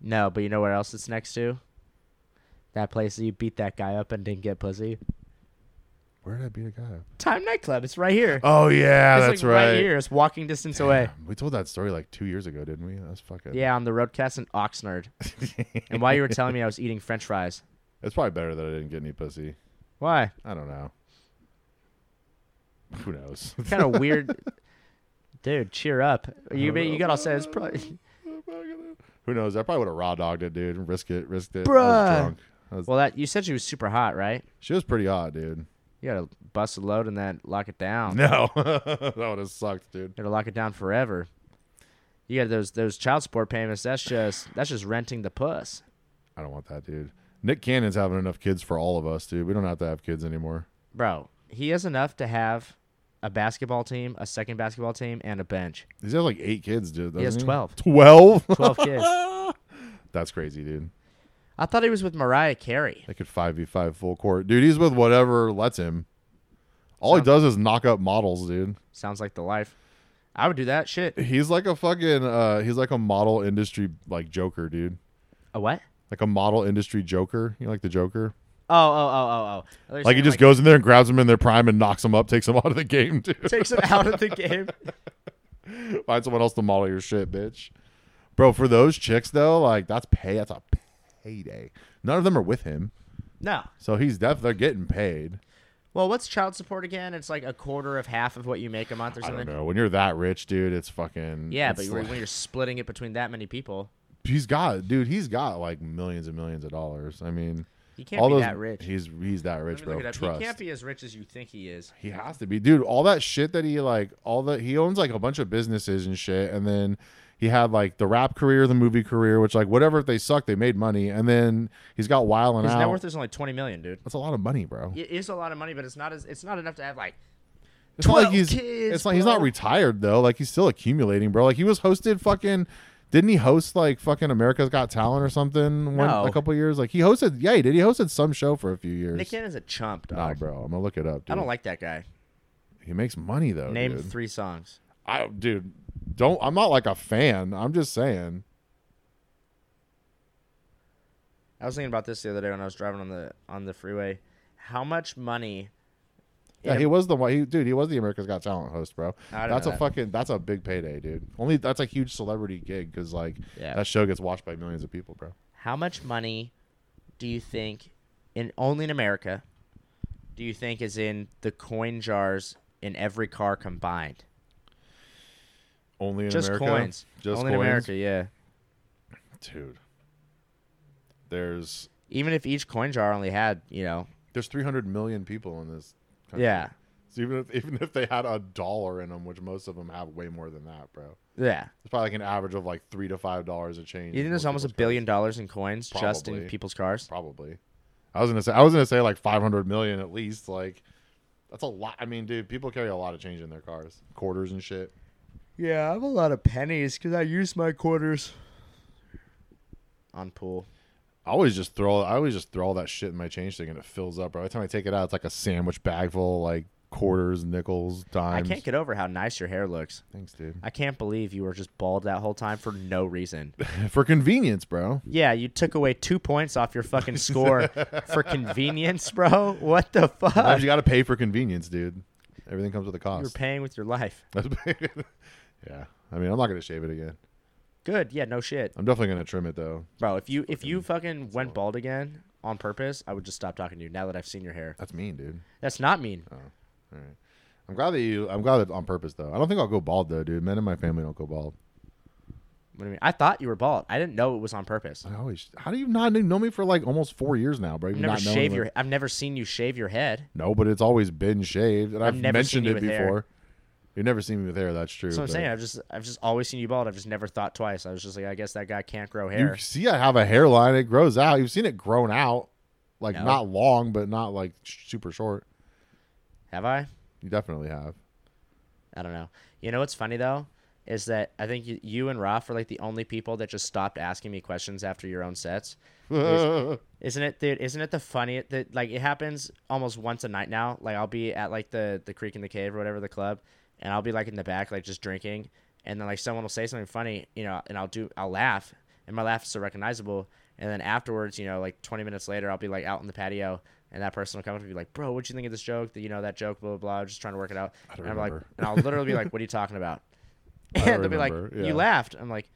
Speaker 1: No, but you know where else it's next to? That place that you beat that guy up and didn't get pussy.
Speaker 2: Where did I beat a guy?
Speaker 1: Time nightclub. It's right here.
Speaker 2: Oh yeah,
Speaker 1: it's
Speaker 2: that's
Speaker 1: like
Speaker 2: right.
Speaker 1: here. It's walking distance away.
Speaker 2: We told that story like two years ago, didn't we? That's fucking
Speaker 1: Yeah, on the roadcast in Oxnard. and while you were telling me, I was eating French fries.
Speaker 2: It's probably better that I didn't get any pussy.
Speaker 1: Why?
Speaker 2: I don't know. Who knows?
Speaker 1: Kind of weird. Dude, cheer up. You made- you got all sad. It's probably.
Speaker 2: Who knows? I probably would have raw dogged it, dude. Risk it, risked it. I
Speaker 1: Bruh.
Speaker 2: was drunk. I was-
Speaker 1: Well, that you said she was super hot, right?
Speaker 2: she was pretty hot, dude.
Speaker 1: You gotta bust a load and then lock it down.
Speaker 2: No, that would have sucked, dude.
Speaker 1: You gotta lock it down forever. You got those those child support payments. That's just that's just renting the puss.
Speaker 2: I don't want that, dude. Nick Cannon's having enough kids for all of us, dude. We don't have to have kids anymore.
Speaker 1: Bro, he has enough to have a basketball team, a second basketball team, and a bench.
Speaker 2: He has like eight kids, dude.
Speaker 1: He has
Speaker 2: doesn't
Speaker 1: 12.
Speaker 2: Twelve?
Speaker 1: 12 kids.
Speaker 2: That's crazy, dude.
Speaker 1: I thought he was with Mariah Carey.
Speaker 2: They could five v five full court, dude. He's with whatever lets him. All he
Speaker 1: Sounds-
Speaker 2: does is knock up models, dude.
Speaker 1: Sounds like the life. I would do that shit.
Speaker 2: He's like a fucking uh he's like a model industry like joker, dude.
Speaker 1: A what?
Speaker 2: Like a model industry joker. You know, like the joker?
Speaker 1: Oh, oh, oh, oh, oh.
Speaker 2: Like he just goes in there and grabs them in their prime and knocks them up, takes them out of the game, dude.
Speaker 1: takes him out of the game.
Speaker 2: Find someone else to model your shit, bitch. Bro, for those chicks though, like that's pay that's a payday. None of them are with him.
Speaker 1: No.
Speaker 2: So he's def they're getting paid.
Speaker 1: Well, what's child support again? It's like a quarter of half of what you make a month or
Speaker 2: I
Speaker 1: something.
Speaker 2: don't know. When you're that rich, dude, it's fucking
Speaker 1: Yeah,
Speaker 2: it's
Speaker 1: but
Speaker 2: like-
Speaker 1: when you're splitting it between that many people,
Speaker 2: he's got dude he's got like millions and millions of dollars i mean
Speaker 1: you can't
Speaker 2: all
Speaker 1: be
Speaker 2: those
Speaker 1: that rich.
Speaker 2: he's he's that rich
Speaker 1: Let me
Speaker 2: bro
Speaker 1: look it up. He
Speaker 2: trust he,
Speaker 1: can't be as rich as you think he is.
Speaker 2: has to be dude all that shit that he like all that he owns like a bunch of businesses and shit and then he had like the rap career the movie career which like whatever if they suck they made money and then he's got wild and
Speaker 1: His
Speaker 2: out
Speaker 1: net worth is only twenty million, dude.
Speaker 2: that's a lot of money bro
Speaker 1: It is a lot of money, but it's not as it's not enough to have like.
Speaker 2: it's not like
Speaker 1: 12
Speaker 2: he's
Speaker 1: kids,
Speaker 2: it's like he's not
Speaker 1: bro.
Speaker 2: retired though like he's still accumulating bro like he was hosted fucking didn't he host like fucking America's Got Talent or something one,
Speaker 1: No.
Speaker 2: a couple years? Like he hosted, yeah, he did. He hosted some show for a few years.
Speaker 1: Nick Cannon's a chump, dog.
Speaker 2: Nah, bro, I'm gonna look it up. Dude.
Speaker 1: I don't like that guy.
Speaker 2: He makes money though.
Speaker 1: Name
Speaker 2: dude.
Speaker 1: three songs.
Speaker 2: I dude, don't. I'm not like a fan. I'm just saying.
Speaker 1: I was thinking about this the other day when I was driving on the on the freeway. How much money
Speaker 2: Yeah, he was the one. He, dude, he was the America's Got Talent host, bro.
Speaker 1: I don't
Speaker 2: That's a
Speaker 1: know that.
Speaker 2: fucking. That's a big payday, dude. Only that's a huge celebrity gig because like
Speaker 1: Yeah.
Speaker 2: that show gets watched by millions of people, bro.
Speaker 1: How much money do you think, in only in America, do you think is in the coin jars in every car combined?
Speaker 2: Only in
Speaker 1: Just
Speaker 2: America.
Speaker 1: coins.
Speaker 2: Just
Speaker 1: only
Speaker 2: coins?
Speaker 1: in America, yeah.
Speaker 2: dude. There's
Speaker 1: Even if each coin jar only had, you know,
Speaker 2: there's 300 million people in this. Country.
Speaker 1: yeah,
Speaker 2: So even if even if they had a dollar in them, which most of them have way more than that, bro.
Speaker 1: yeah.
Speaker 2: It's probably like an average of like three to five dollars a change.
Speaker 1: You think
Speaker 2: in
Speaker 1: there's
Speaker 2: most
Speaker 1: almost a
Speaker 2: people's
Speaker 1: billion dollars in coins just in
Speaker 2: Probably.
Speaker 1: people's cars?
Speaker 2: cars. Probably. I was gonna say I was gonna say like 500 million at least. Like that's a lot. I mean, dude, people carry a lot of change in their cars, quarters and shit.
Speaker 1: Yeah, I have a lot of pennies because I use my quarters on pool.
Speaker 2: I always just throw I always just throw all that shit in my change thing and it fills up, bro. Every time I take it out, it's like a sandwich bag full of like quarters, nickels, dimes.
Speaker 1: I can't get over how nice your hair looks.
Speaker 2: Thanks, dude.
Speaker 1: I can't believe you were just bald that whole time for no reason.
Speaker 2: For convenience, bro.
Speaker 1: Yeah, you took away two points off your fucking score for convenience, bro. What the
Speaker 2: Sometimes
Speaker 1: fuck?
Speaker 2: you got to pay for convenience, dude. Everything comes with a
Speaker 1: You're
Speaker 2: cost.
Speaker 1: paying with your life.
Speaker 2: yeah. I mean, I'm not gonna shave it again.
Speaker 1: Good. Yeah, no shit.
Speaker 2: I'm definitely gonna trim it though.
Speaker 1: Bro, if you if you fucking went bald again on purpose, I would just stop talking to you now that I've seen your hair.
Speaker 2: That's mean, dude.
Speaker 1: That's not mean.
Speaker 2: All right. I'm glad that you. I'm glad that on purpose though. I don't think I'll go bald though, dude. Men in my family don't go bald.
Speaker 1: What do you mean? I thought you were bald. I didn't know it was on purpose.
Speaker 2: I always. How do you not know me for like almost four years now, bro?
Speaker 1: I've
Speaker 2: You've
Speaker 1: never
Speaker 2: not known
Speaker 1: shave
Speaker 2: me.
Speaker 1: your I've never seen you shave your head.
Speaker 2: No, but it's always been shaved, and I've,
Speaker 1: never seen
Speaker 2: mentioned
Speaker 1: you
Speaker 2: it
Speaker 1: with hair.
Speaker 2: before. You've never seen me with hair. That's true.
Speaker 1: That's what I'm
Speaker 2: but-
Speaker 1: saying. I've just I've just always seen you bald. I've just never thought twice. I was just like, I guess that guy can't grow hair.
Speaker 2: You see, I have a hairline. It grows out. You've seen it grown out, like
Speaker 1: No.
Speaker 2: not long, but not like sh- super short.
Speaker 1: Have I?
Speaker 2: You definitely have.
Speaker 1: I don't know. You know what's funny though is that I think you, you and Roth are like the only people that just stopped asking me questions after your own sets. Isn't it, dude? Isn't it the funniest that like it happens almost once a night now? Like I'll be at like the the creek in the cave or whatever the club, and I'll be like in the back like just drinking, and then like someone will say something funny, you know, and I'll do I'll laugh, and my laugh is so recognizable, and then afterwards, you know, like 20 minutes later, I'll be like out in the patio. And that person will come up and be like, "Bro, what'd you think of this joke? That you know that joke, blah blah blah." Just trying to work it out.
Speaker 2: don't
Speaker 1: and I'm like,
Speaker 2: remember.
Speaker 1: and I'll literally be like, "What are you talking about?"
Speaker 2: don't
Speaker 1: And they'll be like,
Speaker 2: remember, yeah.
Speaker 1: "You laughed." I'm like,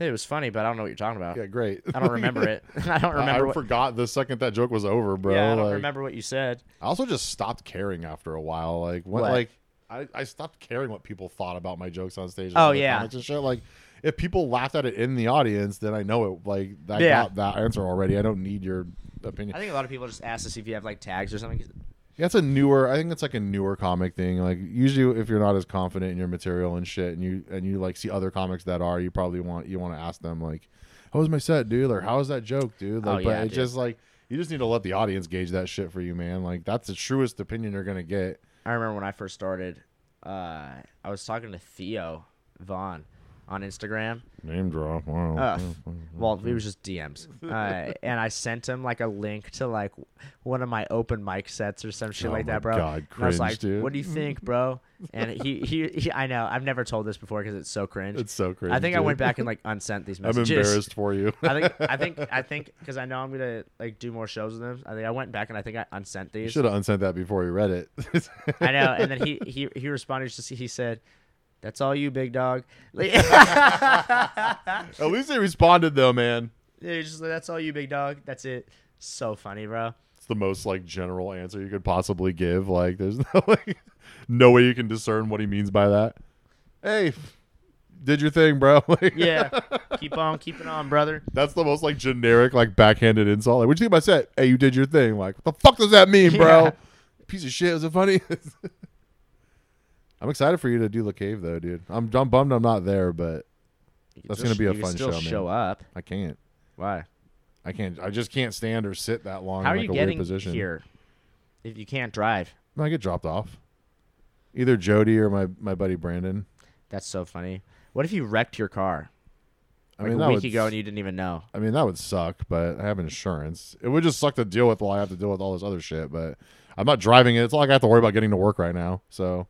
Speaker 1: "It was funny, but I don't know what you're talking about.
Speaker 2: yeah, great.
Speaker 1: I don't remember it. I don't
Speaker 2: I,
Speaker 1: remember what,
Speaker 2: forgot the second that joke was over, bro.
Speaker 1: yeah, I don't
Speaker 2: like-
Speaker 1: remember what you said.
Speaker 2: I also just stopped caring after a while. Like what,
Speaker 1: What?
Speaker 2: like I, I stopped caring what people thought about my jokes on stage. and
Speaker 1: Oh,
Speaker 2: other
Speaker 1: yeah.
Speaker 2: comics and shit. Like if people laughed at it in the audience, then I know it. Like I
Speaker 1: Yeah.
Speaker 2: got that answer already. I don't need your
Speaker 1: I
Speaker 2: opinion.
Speaker 1: think a lot of people just ask to see if you have like tags or something.
Speaker 2: That's a newer. I think that's like a newer comic thing. Like usually, if you're not as confident in your material and shit, and you and you like see other comics that are, you probably want you want to ask them like, "How was my set, dude?" Or "How was that joke, dude?" Like,
Speaker 1: Oh,
Speaker 2: but
Speaker 1: yeah,
Speaker 2: it
Speaker 1: dude.
Speaker 2: just like you just need to let the audience gauge that shit for you, man. Like that's the truest opinion you're gonna get.
Speaker 1: I remember when I first started, uh, I was talking to Theo Vaughn on Instagram.
Speaker 2: Name drop. Wow.
Speaker 1: Uh, well, it was just DMs, uh, and I sent him like a link to like one of my open mic sets or some shit
Speaker 2: Oh
Speaker 1: like
Speaker 2: my
Speaker 1: that, bro.
Speaker 2: God,
Speaker 1: and I was
Speaker 2: cringe,
Speaker 1: like,
Speaker 2: dude.
Speaker 1: "What do you think, bro?" And he, he, he I know I've never told this before because it's so cringe.
Speaker 2: It's so crazy.
Speaker 1: I think I went back and like unsent these
Speaker 2: I'm
Speaker 1: messages.
Speaker 2: embarrassed for you.
Speaker 1: I think I think I think because I know I'm gonna like do more shows with him. I think I went back and I think I unsent
Speaker 2: you
Speaker 1: these.
Speaker 2: should have unsent that before you read it.
Speaker 1: I know, and then he he he responded just he said, "That's all you, big dog." Like,
Speaker 2: At least they responded though, man.
Speaker 1: He's just like, that's all you, big dog. That's it. So funny, bro.
Speaker 2: It's the most like general answer you could possibly give. Like, there's no like, no way you can discern what he means by that. Hey, f- did your thing, bro. Like,
Speaker 1: Yeah, keep on keeping on, brother.
Speaker 2: That's the most like generic, like backhanded insult. Like, what you think about set? Hey, you did your thing. Like, what the fuck does that mean, bro?
Speaker 1: Yeah.
Speaker 2: Piece of shit. Was it funny? I'm excited for you to do the cave though, dude. I'm I'm bummed I'm not there, but
Speaker 1: You
Speaker 2: That's
Speaker 1: can
Speaker 2: gonna be a
Speaker 1: you can
Speaker 2: fun
Speaker 1: still
Speaker 2: show, man.
Speaker 1: Show up.
Speaker 2: I can't.
Speaker 1: Why?
Speaker 2: I can't. I just can't stand or sit that long
Speaker 1: How
Speaker 2: in
Speaker 1: are
Speaker 2: like
Speaker 1: you
Speaker 2: a
Speaker 1: getting
Speaker 2: weird position.
Speaker 1: here if you can't drive?
Speaker 2: No, I get dropped off. Either Jody or my my buddy Brandon.
Speaker 1: That's so funny. What if you wrecked your car
Speaker 2: I
Speaker 1: like
Speaker 2: mean,
Speaker 1: a
Speaker 2: that
Speaker 1: week
Speaker 2: would,
Speaker 1: ago and you didn't even know?
Speaker 2: I mean, that would suck, but I have insurance. It would just suck to deal with while I have to deal with all this other shit. But I'm not driving it. It's not like I have to worry about getting to work right now. So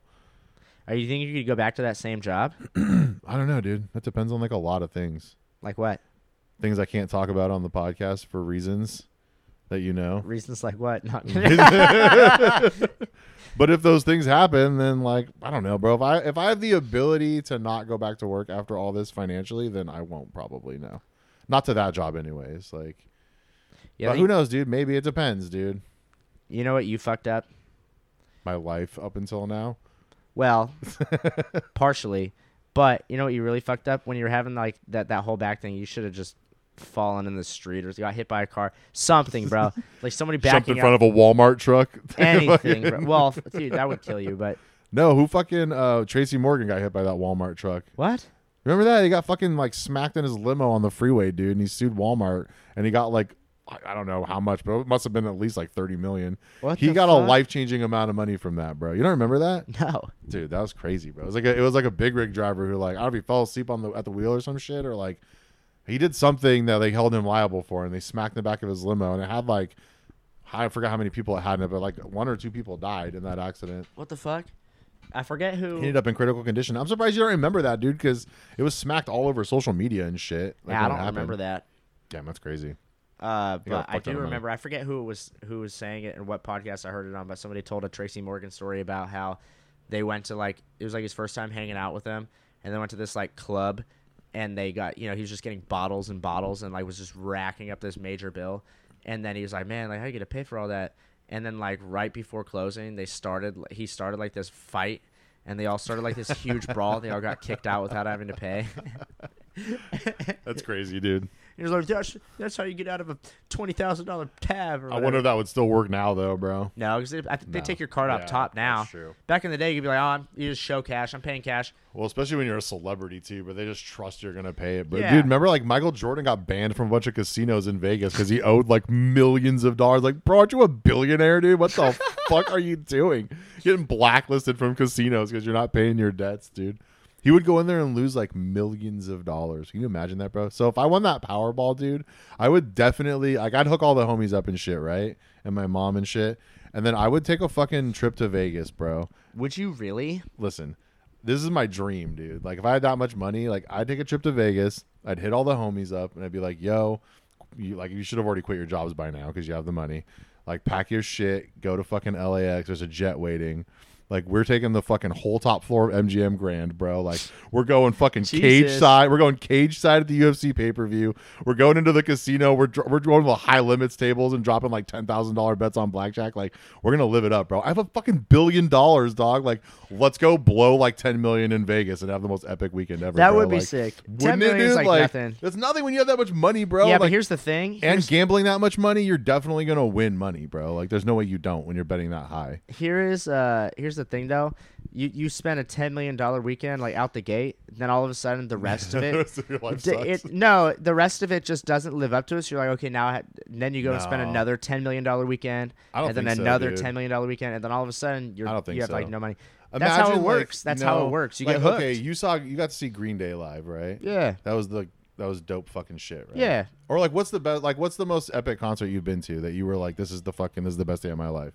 Speaker 1: Are you thinking you could go back to that same job?
Speaker 2: I don't know, dude. That depends on like a lot of things.
Speaker 1: Like what?
Speaker 2: Things I can't talk about on the podcast for reasons that you know.
Speaker 1: Reasons like what? Not
Speaker 2: But if those things happen, then like I don't know, bro. If I if I have the ability to not go back to work after all this financially, then I won't probably no. Not to that job, anyways. Like,
Speaker 1: Yeah,
Speaker 2: but
Speaker 1: they-
Speaker 2: who knows, dude? Maybe it depends, dude.
Speaker 1: you know what you fucked up?
Speaker 2: My life up until now.
Speaker 1: Well, partially, but you know what you really fucked up when you were having like that that whole back thing. You should have just fallen in the street or got hit by a car, something, bro. like somebody
Speaker 2: Jumped
Speaker 1: backing
Speaker 2: in front
Speaker 1: up,
Speaker 2: of a Walmart truck.
Speaker 1: anything, bro. Well, dude, that would kill you. But
Speaker 2: No, who fucking uh, Tracy Morgan got hit by that Walmart truck?
Speaker 1: what?
Speaker 2: Remember that? He got fucking like smacked in his limo on the freeway, dude, and he sued Walmart and he got like I I don't know how much, but it must have been at least like 30 million.
Speaker 1: What
Speaker 2: he
Speaker 1: the
Speaker 2: got a
Speaker 1: fuck?
Speaker 2: life changing amount of money from that, bro. You don't remember that?
Speaker 1: No.
Speaker 2: Dude, that was crazy, bro. It was like a, it was like a big rig driver who like I don't know if he fell asleep on the at the wheel or some shit or like he did something that they held him liable for and they smacked the back of his limo and it had like I forgot how many people it had in it, but like one or two people died in that accident.
Speaker 1: What the fuck? I forget who.
Speaker 2: He ended up in critical condition. I'm surprised you don't remember that, dude, because it was smacked all over social media and shit. like,
Speaker 1: yeah, I
Speaker 2: when it
Speaker 1: don't
Speaker 2: happened.
Speaker 1: remember that.
Speaker 2: Damn, that's crazy.
Speaker 1: Uh, but
Speaker 2: got a
Speaker 1: I
Speaker 2: fuck ton
Speaker 1: do
Speaker 2: of money.
Speaker 1: remember. I forget who it was who was saying it and what podcast I heard it on. But somebody told a Tracy Morgan story about how they went to like it was like his first time hanging out with them, and they went to this like club, and they got you know he was just getting bottles and bottles and like was just racking up this major bill, and then he was like, man, like how you gonna pay for all that? And then like right before closing, they started he started like this fight. And they all started like this huge brawl. They all got kicked out without having to pay.
Speaker 2: That's crazy, dude.
Speaker 1: He was like, that's, that's how you get out of a twenty thousand dollar tab. Or
Speaker 2: I
Speaker 1: whatever."
Speaker 2: wonder if that would still work now, though, bro.
Speaker 1: No, because I think they
Speaker 2: No.
Speaker 1: take your card
Speaker 2: Yeah,
Speaker 1: up top now.
Speaker 2: that's true.
Speaker 1: Back in the day, you'd be like, oh, I'm, you just show cash. I'm paying cash.
Speaker 2: Well, especially when you're a celebrity too, but they just trust you're gonna pay it. But
Speaker 1: Yeah.
Speaker 2: dude, remember like Michael Jordan got banned from a bunch of casinos in Vegas because he owed like millions of dollars. Like, bro, aren't you a billionaire, dude? What the fuck are you doing? Getting blacklisted from casinos because you're not paying your debts, dude. He would go in there and lose like millions of dollars. Can you imagine that, bro? So if I won that Powerball, dude, I would definitely like I'd hook all the homies up and shit, right? And my mom and shit. And then I would take a fucking trip to Vegas, bro
Speaker 1: Would you really?
Speaker 2: listen, this is my dream, dude. Like if I had that much money, like I'd take a trip to Vegas, I'd hit all the homies up, and I'd be like, "Yo, you like you should have already quit your jobs by now because you have the money. Like pack your shit, go to fucking LAX. There's a jet waiting." Like we're taking the fucking whole top floor of MGM Grand, bro. Like we're going fucking cage
Speaker 1: Jesus.
Speaker 2: side. We're going cage side at the UFC pay per view. We're going into the casino. We're dr- we're going to the high limits tables and dropping like ten thousand dollar bets on blackjack. Like we're gonna live it up, bro. I have a fucking billion dollars, dog. Like let's go blow like ten million in Vegas and have the most epic weekend ever.
Speaker 1: That
Speaker 2: bro.
Speaker 1: would be
Speaker 2: Like,
Speaker 1: sick.
Speaker 2: wouldn't
Speaker 1: Ten million
Speaker 2: it, dude?
Speaker 1: is like, nothing.
Speaker 2: It's nothing when you have that much money, bro.
Speaker 1: yeah,
Speaker 2: like,
Speaker 1: but here's the thing.
Speaker 2: and
Speaker 1: Here's,
Speaker 2: gambling that much money, you're definitely gonna win money, bro. Like there's no way you don't when you're betting that high.
Speaker 1: here is uh here's the thing though. You you spend a ten million dollar weekend like out the gate, then all of a sudden the rest of
Speaker 2: The
Speaker 1: it.
Speaker 2: rest of your life
Speaker 1: d-
Speaker 2: sucks.
Speaker 1: it no, the rest of it just doesn't live up to us. You're like, okay, now I ha- then you go and spend
Speaker 2: No.
Speaker 1: another ten million dollar weekend,
Speaker 2: I don't
Speaker 1: and then
Speaker 2: think so,
Speaker 1: another
Speaker 2: dude.
Speaker 1: ten million dollar weekend, and then all of a sudden you're
Speaker 2: I don't think
Speaker 1: you have like
Speaker 2: so.
Speaker 1: no money. That's how it
Speaker 2: Imagine, like,
Speaker 1: works. That's how
Speaker 2: no-
Speaker 1: it works. You
Speaker 2: like,
Speaker 1: get hooked.
Speaker 2: Okay, you saw you got to see Green Day live, right?
Speaker 1: Yeah.
Speaker 2: That was the that was dope fucking shit, right?
Speaker 1: Yeah.
Speaker 2: Or like what's the best like what's the most epic concert you've been to that you were like, this is the fucking this is the best day of my life?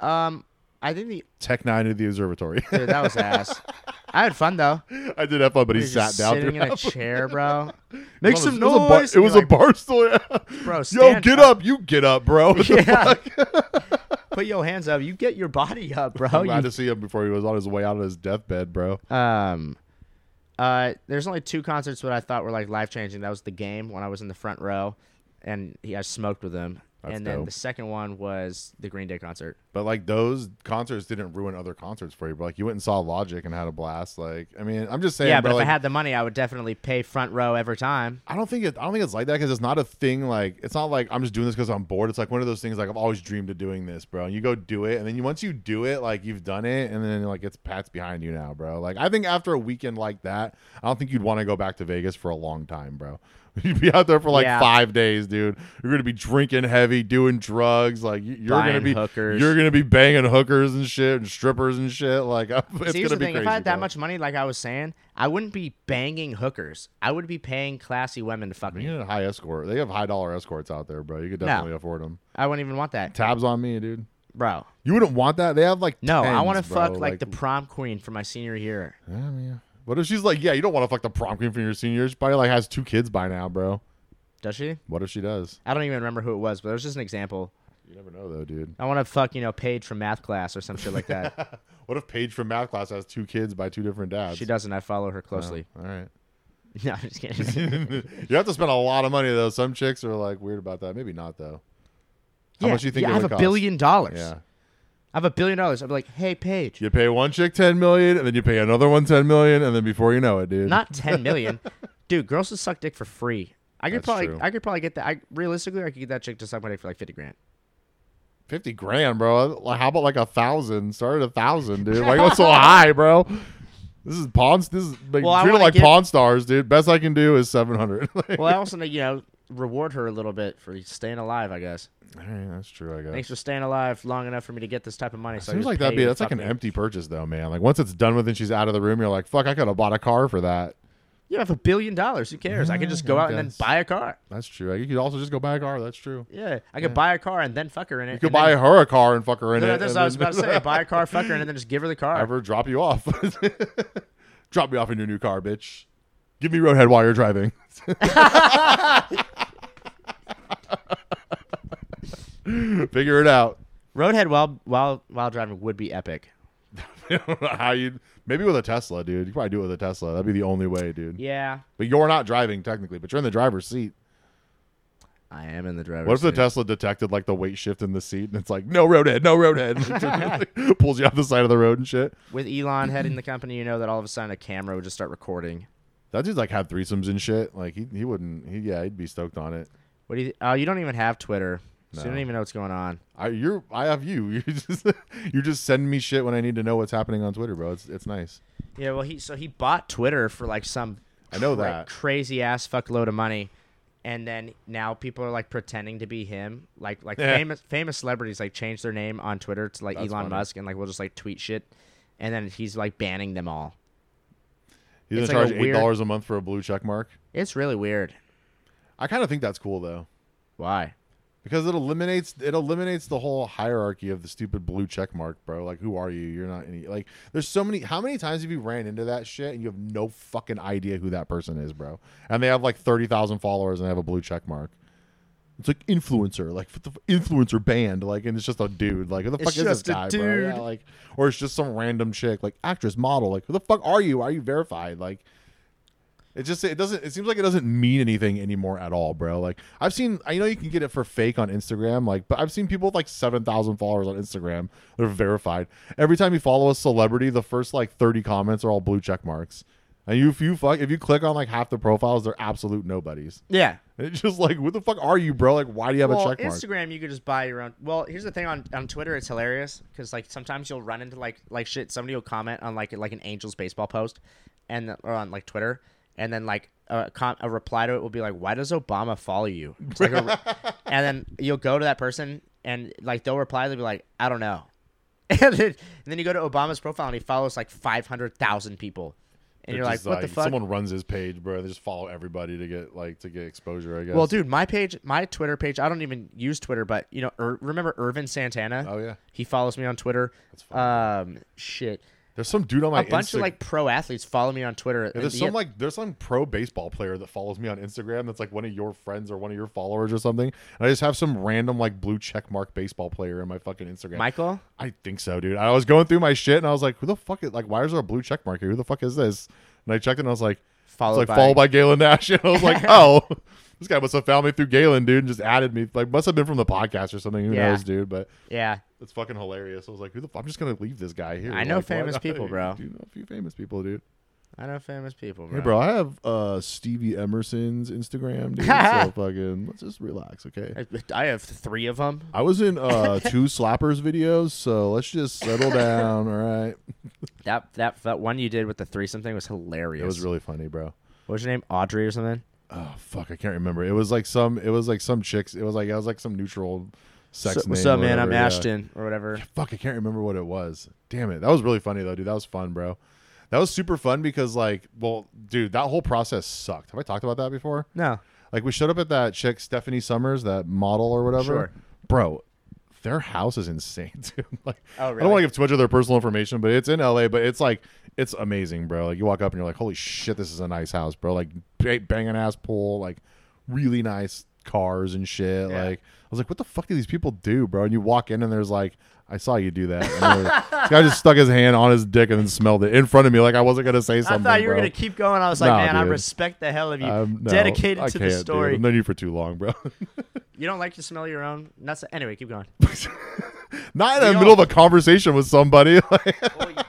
Speaker 1: Um, I think the
Speaker 2: Tech nine at the observatory.
Speaker 1: dude, that was ass. I had fun though.
Speaker 2: I did F up, but he
Speaker 1: You're
Speaker 2: sat
Speaker 1: just
Speaker 2: down.
Speaker 1: sitting in a
Speaker 2: throughout.
Speaker 1: chair, bro.
Speaker 2: It
Speaker 1: Make
Speaker 2: was
Speaker 1: some
Speaker 2: a- it was a bar-
Speaker 1: noise.
Speaker 2: It was a
Speaker 1: You're like,
Speaker 2: bar stool. yeah.
Speaker 1: Bro,
Speaker 2: Yo,
Speaker 1: stand
Speaker 2: get
Speaker 1: up.
Speaker 2: up. You get up, bro. What the
Speaker 1: Yeah.
Speaker 2: fuck?
Speaker 1: Put your hands up. You get your body up, bro.
Speaker 2: I'm glad
Speaker 1: You-
Speaker 2: to see him before he was on his way out of his deathbed, bro.
Speaker 1: um, uh, there's only two concerts that I thought were like life changing. That was the game when I was in the front row, and he, I smoked with him.
Speaker 2: That's
Speaker 1: and then
Speaker 2: dope.
Speaker 1: the second one was the Green Day concert.
Speaker 2: But like those concerts didn't ruin other concerts for you, bro. Like you went and saw Logic and had a blast. Like I mean, I'm just saying.
Speaker 1: yeah,
Speaker 2: bro,
Speaker 1: but if
Speaker 2: like,
Speaker 1: I had the money, I would definitely pay front row every time.
Speaker 2: I don't think it. I don't think it's like that because it's not a thing. Like it's not like I'm just doing this because I'm bored. It's like one of those things. Like I've always dreamed of doing this, bro. And you go do it, and then you once you do it, like you've done it, and then like it's pats behind you now, bro. Like I think after a weekend like that, I don't think you'd want to go back to Vegas for a long time, bro. You'd be out there for like
Speaker 1: Yeah.
Speaker 2: five days, dude. You're gonna be drinking heavy, doing drugs. Like you- you're gonna
Speaker 1: Buying
Speaker 2: be
Speaker 1: hookers.
Speaker 2: You're gonna be banging hookers and shit and strippers and shit. Like it's
Speaker 1: See,
Speaker 2: gonna
Speaker 1: here's the
Speaker 2: be
Speaker 1: thing:
Speaker 2: crazy.
Speaker 1: if I had that
Speaker 2: bro.
Speaker 1: much money, like I was saying, I wouldn't be banging hookers. I would be paying classy women to fuck me.
Speaker 2: you need a high escort. They have high dollar escorts out there, bro. You could
Speaker 1: No.
Speaker 2: definitely afford them.
Speaker 1: I wouldn't even want that,
Speaker 2: Tabs on me, dude.
Speaker 1: bro.
Speaker 2: You wouldn't want that. They have like
Speaker 1: No, I want to
Speaker 2: tens, bro.
Speaker 1: fuck like, the prom queen for my senior year.
Speaker 2: I mean, What if she's like, yeah, you don't want to fuck the prom queen from your senior year. She probably like has two kids by now, bro.
Speaker 1: Does she?
Speaker 2: What if she does?
Speaker 1: I don't even remember who it was, but it was just an example.
Speaker 2: You never know though, dude.
Speaker 1: I want to fuck, you know, Paige from math class or some shit like that.
Speaker 2: What if Paige from math class has two kids by two different dads?
Speaker 1: she doesn't. I follow her
Speaker 2: Oh,
Speaker 1: closely.
Speaker 2: all right. Oh.
Speaker 1: No, I'm just kidding.
Speaker 2: you have to spend a lot of money though. Some chicks are like weird about that. Maybe not though. How
Speaker 1: Yeah,
Speaker 2: much do you think
Speaker 1: yeah, I
Speaker 2: it would
Speaker 1: have a
Speaker 2: cost?
Speaker 1: billion dollars.
Speaker 2: Yeah.
Speaker 1: I have a billion dollars. I'm like, hey, Paige,
Speaker 2: You pay one chick ten million, and then you pay another one ten million, and then before you know it, dude.
Speaker 1: not 10 million. Dude, girls would suck dick for free. I could
Speaker 2: That's
Speaker 1: probably,
Speaker 2: true.
Speaker 1: I could probably get that. I realistically, I could get that chick to suck my dick for like 50 grand.
Speaker 2: fifty grand, bro. Like, How about like a thousand? Start at a thousand, dude. Why go so high, bro? This is pawn. This is like,
Speaker 1: Well, I
Speaker 2: treat it
Speaker 1: wanna
Speaker 2: like
Speaker 1: give-
Speaker 2: pawn stars, dude. Best I can do is seven hundred.
Speaker 1: Well, I also, you know, reward her a little bit for staying alive. I guess.
Speaker 2: All right, that's true. I guess.
Speaker 1: Thanks for staying alive long enough for me to get this type of money. So I
Speaker 2: Seems
Speaker 1: just
Speaker 2: like
Speaker 1: pay
Speaker 2: that'd be
Speaker 1: you to
Speaker 2: that's like
Speaker 1: fuck
Speaker 2: an
Speaker 1: me.
Speaker 2: empty purchase though, man. Like once it's done with and she's out of the room, you're like, fuck, I could have bought a car for that.
Speaker 1: You have a billion dollars. Who cares? I could just go
Speaker 2: I
Speaker 1: out and then
Speaker 2: guess.
Speaker 1: buy a car.
Speaker 2: That's true. Like, you could also just go buy a car. That's true.
Speaker 1: Yeah, I could buy a car and then fuck her in it.
Speaker 2: You could buy her a car and fuck her in
Speaker 1: No,
Speaker 2: it.
Speaker 1: no, that's
Speaker 2: and
Speaker 1: what I was
Speaker 2: then
Speaker 1: about to say. Buy a car, fuck her, in it, and then just give her the car.
Speaker 2: Have her drop you off. drop me off in your new car, bitch. Give me roadhead while you're driving. Figure it out.
Speaker 1: Roadhead while while while driving would be epic.
Speaker 2: How you? Maybe with a Tesla, dude. You could probably do it with a Tesla. That'd be the only way, dude.
Speaker 1: Yeah,
Speaker 2: But you're not driving technically, but you're in the driver's seat.
Speaker 1: I am in the driver's
Speaker 2: What if the
Speaker 1: seat.
Speaker 2: Tesla detected like the weight shift in the seat and it's like, no roadhead, no roadhead. Pulls you off the side of the road and shit.
Speaker 1: With Elon heading the company, you know that all of a sudden a camera would just start recording.
Speaker 2: That dude's like had threesomes and shit. Like he, he wouldn't he yeah, he'd be stoked on it.
Speaker 1: What do you? Oh, you don't even have Twitter, so you
Speaker 2: No.
Speaker 1: don't even know what's going on.
Speaker 2: I you're I have you. You just you just send me shit when I need to know what's happening on Twitter, bro. It's it's nice.
Speaker 1: Yeah, well, he so he bought Twitter for like some
Speaker 2: I know
Speaker 1: cra-
Speaker 2: that.
Speaker 1: crazy ass fuckload of money, and then now people are like pretending to be him, like like famous famous celebrities like change their name on Twitter to like
Speaker 2: That's
Speaker 1: Elon
Speaker 2: funny.
Speaker 1: Musk and like we'll just like tweet shit, and then he's like banning them all.
Speaker 2: He's
Speaker 1: It's
Speaker 2: gonna
Speaker 1: like a
Speaker 2: charge eight
Speaker 1: weird-
Speaker 2: dollars a month for a blue check mark.
Speaker 1: It's really weird.
Speaker 2: I kinda think that's cool though.
Speaker 1: Why?
Speaker 2: Because it eliminates it eliminates the whole hierarchy of the stupid blue check mark, bro. Like, who are you? You're not any like. There's so many. How many times have you ran into that shit and you have no fucking idea who that person is, bro? And they have like thirty thousand followers and they have a blue check mark. It's like influencer, like what the f- influencer band, like, and it's just a dude. Like, who the
Speaker 1: It's
Speaker 2: fuck is this
Speaker 1: just a
Speaker 2: guy, bro? Yeah,
Speaker 1: dude.
Speaker 2: like, or it's just some random chick, like actress, model. Like, who the fuck are you? Are you verified? Like, it just it doesn't it seems like it doesn't mean anything anymore at all, bro. Like I've seen I know you can get it for fake on Instagram, like but I've seen people with like seven thousand followers on Instagram. They're verified. Every time you follow a celebrity, the first like thirty comments are all blue check marks. And you if you fuck if you click on like half the profiles, they're absolute nobodies.
Speaker 1: Yeah.
Speaker 2: It's just like what the fuck are you, bro? Like why do you have
Speaker 1: Well,
Speaker 2: a check mark?
Speaker 1: Instagram, you could just buy your own. Well, here's the thing on, on Twitter, it's hilarious because like sometimes you'll run into like like shit. Somebody will comment on like like an Angels baseball post, and or on like Twitter, and then like a, com- a reply to it will be like, "Why does Obama follow you?" It's like a- and then you'll go to that person and like they'll reply, they'll be like, "I don't know," and then, and then you go to Obama's profile and he follows like five hundred thousand people, and
Speaker 2: They're
Speaker 1: you're like,
Speaker 2: just,
Speaker 1: "What the fuck?"
Speaker 2: Someone runs his page, bro. They just follow everybody to get like to get exposure, I guess.
Speaker 1: Well, dude, my page, my Twitter page, I don't even use Twitter, but you know, Ir- remember Irvin Santana?
Speaker 2: Oh, yeah.
Speaker 1: he follows me on Twitter. That's Um, shit,
Speaker 2: there's some dude on my
Speaker 1: a bunch
Speaker 2: Insta-
Speaker 1: of like pro athletes follow me on Twitter. and
Speaker 2: Yeah, there's
Speaker 1: the- e-
Speaker 2: some like there's some pro baseball player that follows me on Instagram that's like one of your friends or one of your followers or something. And I just have some random like blue check mark baseball player in my fucking Instagram.
Speaker 1: Michael.
Speaker 2: I think so, dude. I was going through my shit and I was like, who the fuck is like why is there a blue check mark here? Who the fuck is this? And I checked it and I was like
Speaker 1: Followed
Speaker 2: it's like
Speaker 1: by-
Speaker 2: followed by Galen Nash. And I was like, oh, this guy must have found me through Galen, dude, and just added me. Like must have been from the podcast or something. Who
Speaker 1: Yeah.
Speaker 2: knows, dude? But
Speaker 1: Yeah,
Speaker 2: it's fucking hilarious. I was like, who the f- I'm just gonna leave this guy here.
Speaker 1: I know
Speaker 2: Like, why
Speaker 1: famous
Speaker 2: not?
Speaker 1: people, bro.
Speaker 2: You know a few famous people, dude.
Speaker 1: I know famous people, bro.
Speaker 2: Hey, bro, I have uh, Stevie Emerson's Instagram, dude. so fucking, let's just relax, okay?
Speaker 1: I have three of them.
Speaker 2: I was in uh, two slappers videos, so let's just settle down, all right?
Speaker 1: That that that one you did with the threesome thing was hilarious.
Speaker 2: It was really funny, bro.
Speaker 1: what was your name? Audrey or something?
Speaker 2: Oh fuck, I can't remember. It was like some, it was like some chicks. It was like I was like some neutral sex.
Speaker 1: So- what's
Speaker 2: name
Speaker 1: up,
Speaker 2: or
Speaker 1: man? I'm
Speaker 2: whatever, yeah.
Speaker 1: Ashton or whatever.
Speaker 2: Fuck, I can't remember what it was. Damn it. That was really funny though, dude. That was fun, bro. That was super fun because like, well, dude, that whole process sucked. Have I talked about that before?
Speaker 1: No,
Speaker 2: Like we showed up at that chick Stephanie Summers, that model or whatever.
Speaker 1: Sure.
Speaker 2: Bro, their house is insane, dude. Like
Speaker 1: Oh,
Speaker 2: I don't
Speaker 1: really?
Speaker 2: want to give too much of their personal information, but it's in LA, but it's like it's amazing, bro. Like you walk up and you're like, "Holy shit, this is a nice house, bro." Like ba- banging ass pool, like really nice cars and shit.
Speaker 1: Yeah.
Speaker 2: Like I was like, what the fuck do these people do, bro? And you walk in and there's like, I saw you do that. And like, this guy just stuck his hand on his dick and then smelled it in front of me. Like I wasn't gonna say
Speaker 1: I
Speaker 2: something.
Speaker 1: thought you were
Speaker 2: bro.
Speaker 1: gonna keep going. I was like,
Speaker 2: Nah,
Speaker 1: man, I
Speaker 2: dude.
Speaker 1: respect the hell of you.
Speaker 2: Um, no,
Speaker 1: Dedicated
Speaker 2: I
Speaker 1: to
Speaker 2: can't,
Speaker 1: the
Speaker 2: dude.
Speaker 1: story.
Speaker 2: I've known you for too long, bro.
Speaker 1: You don't like to smell your own. That's anyway. Keep going.
Speaker 2: Not in
Speaker 1: We
Speaker 2: the
Speaker 1: all-
Speaker 2: middle of a conversation with somebody. Like,
Speaker 1: Well, you,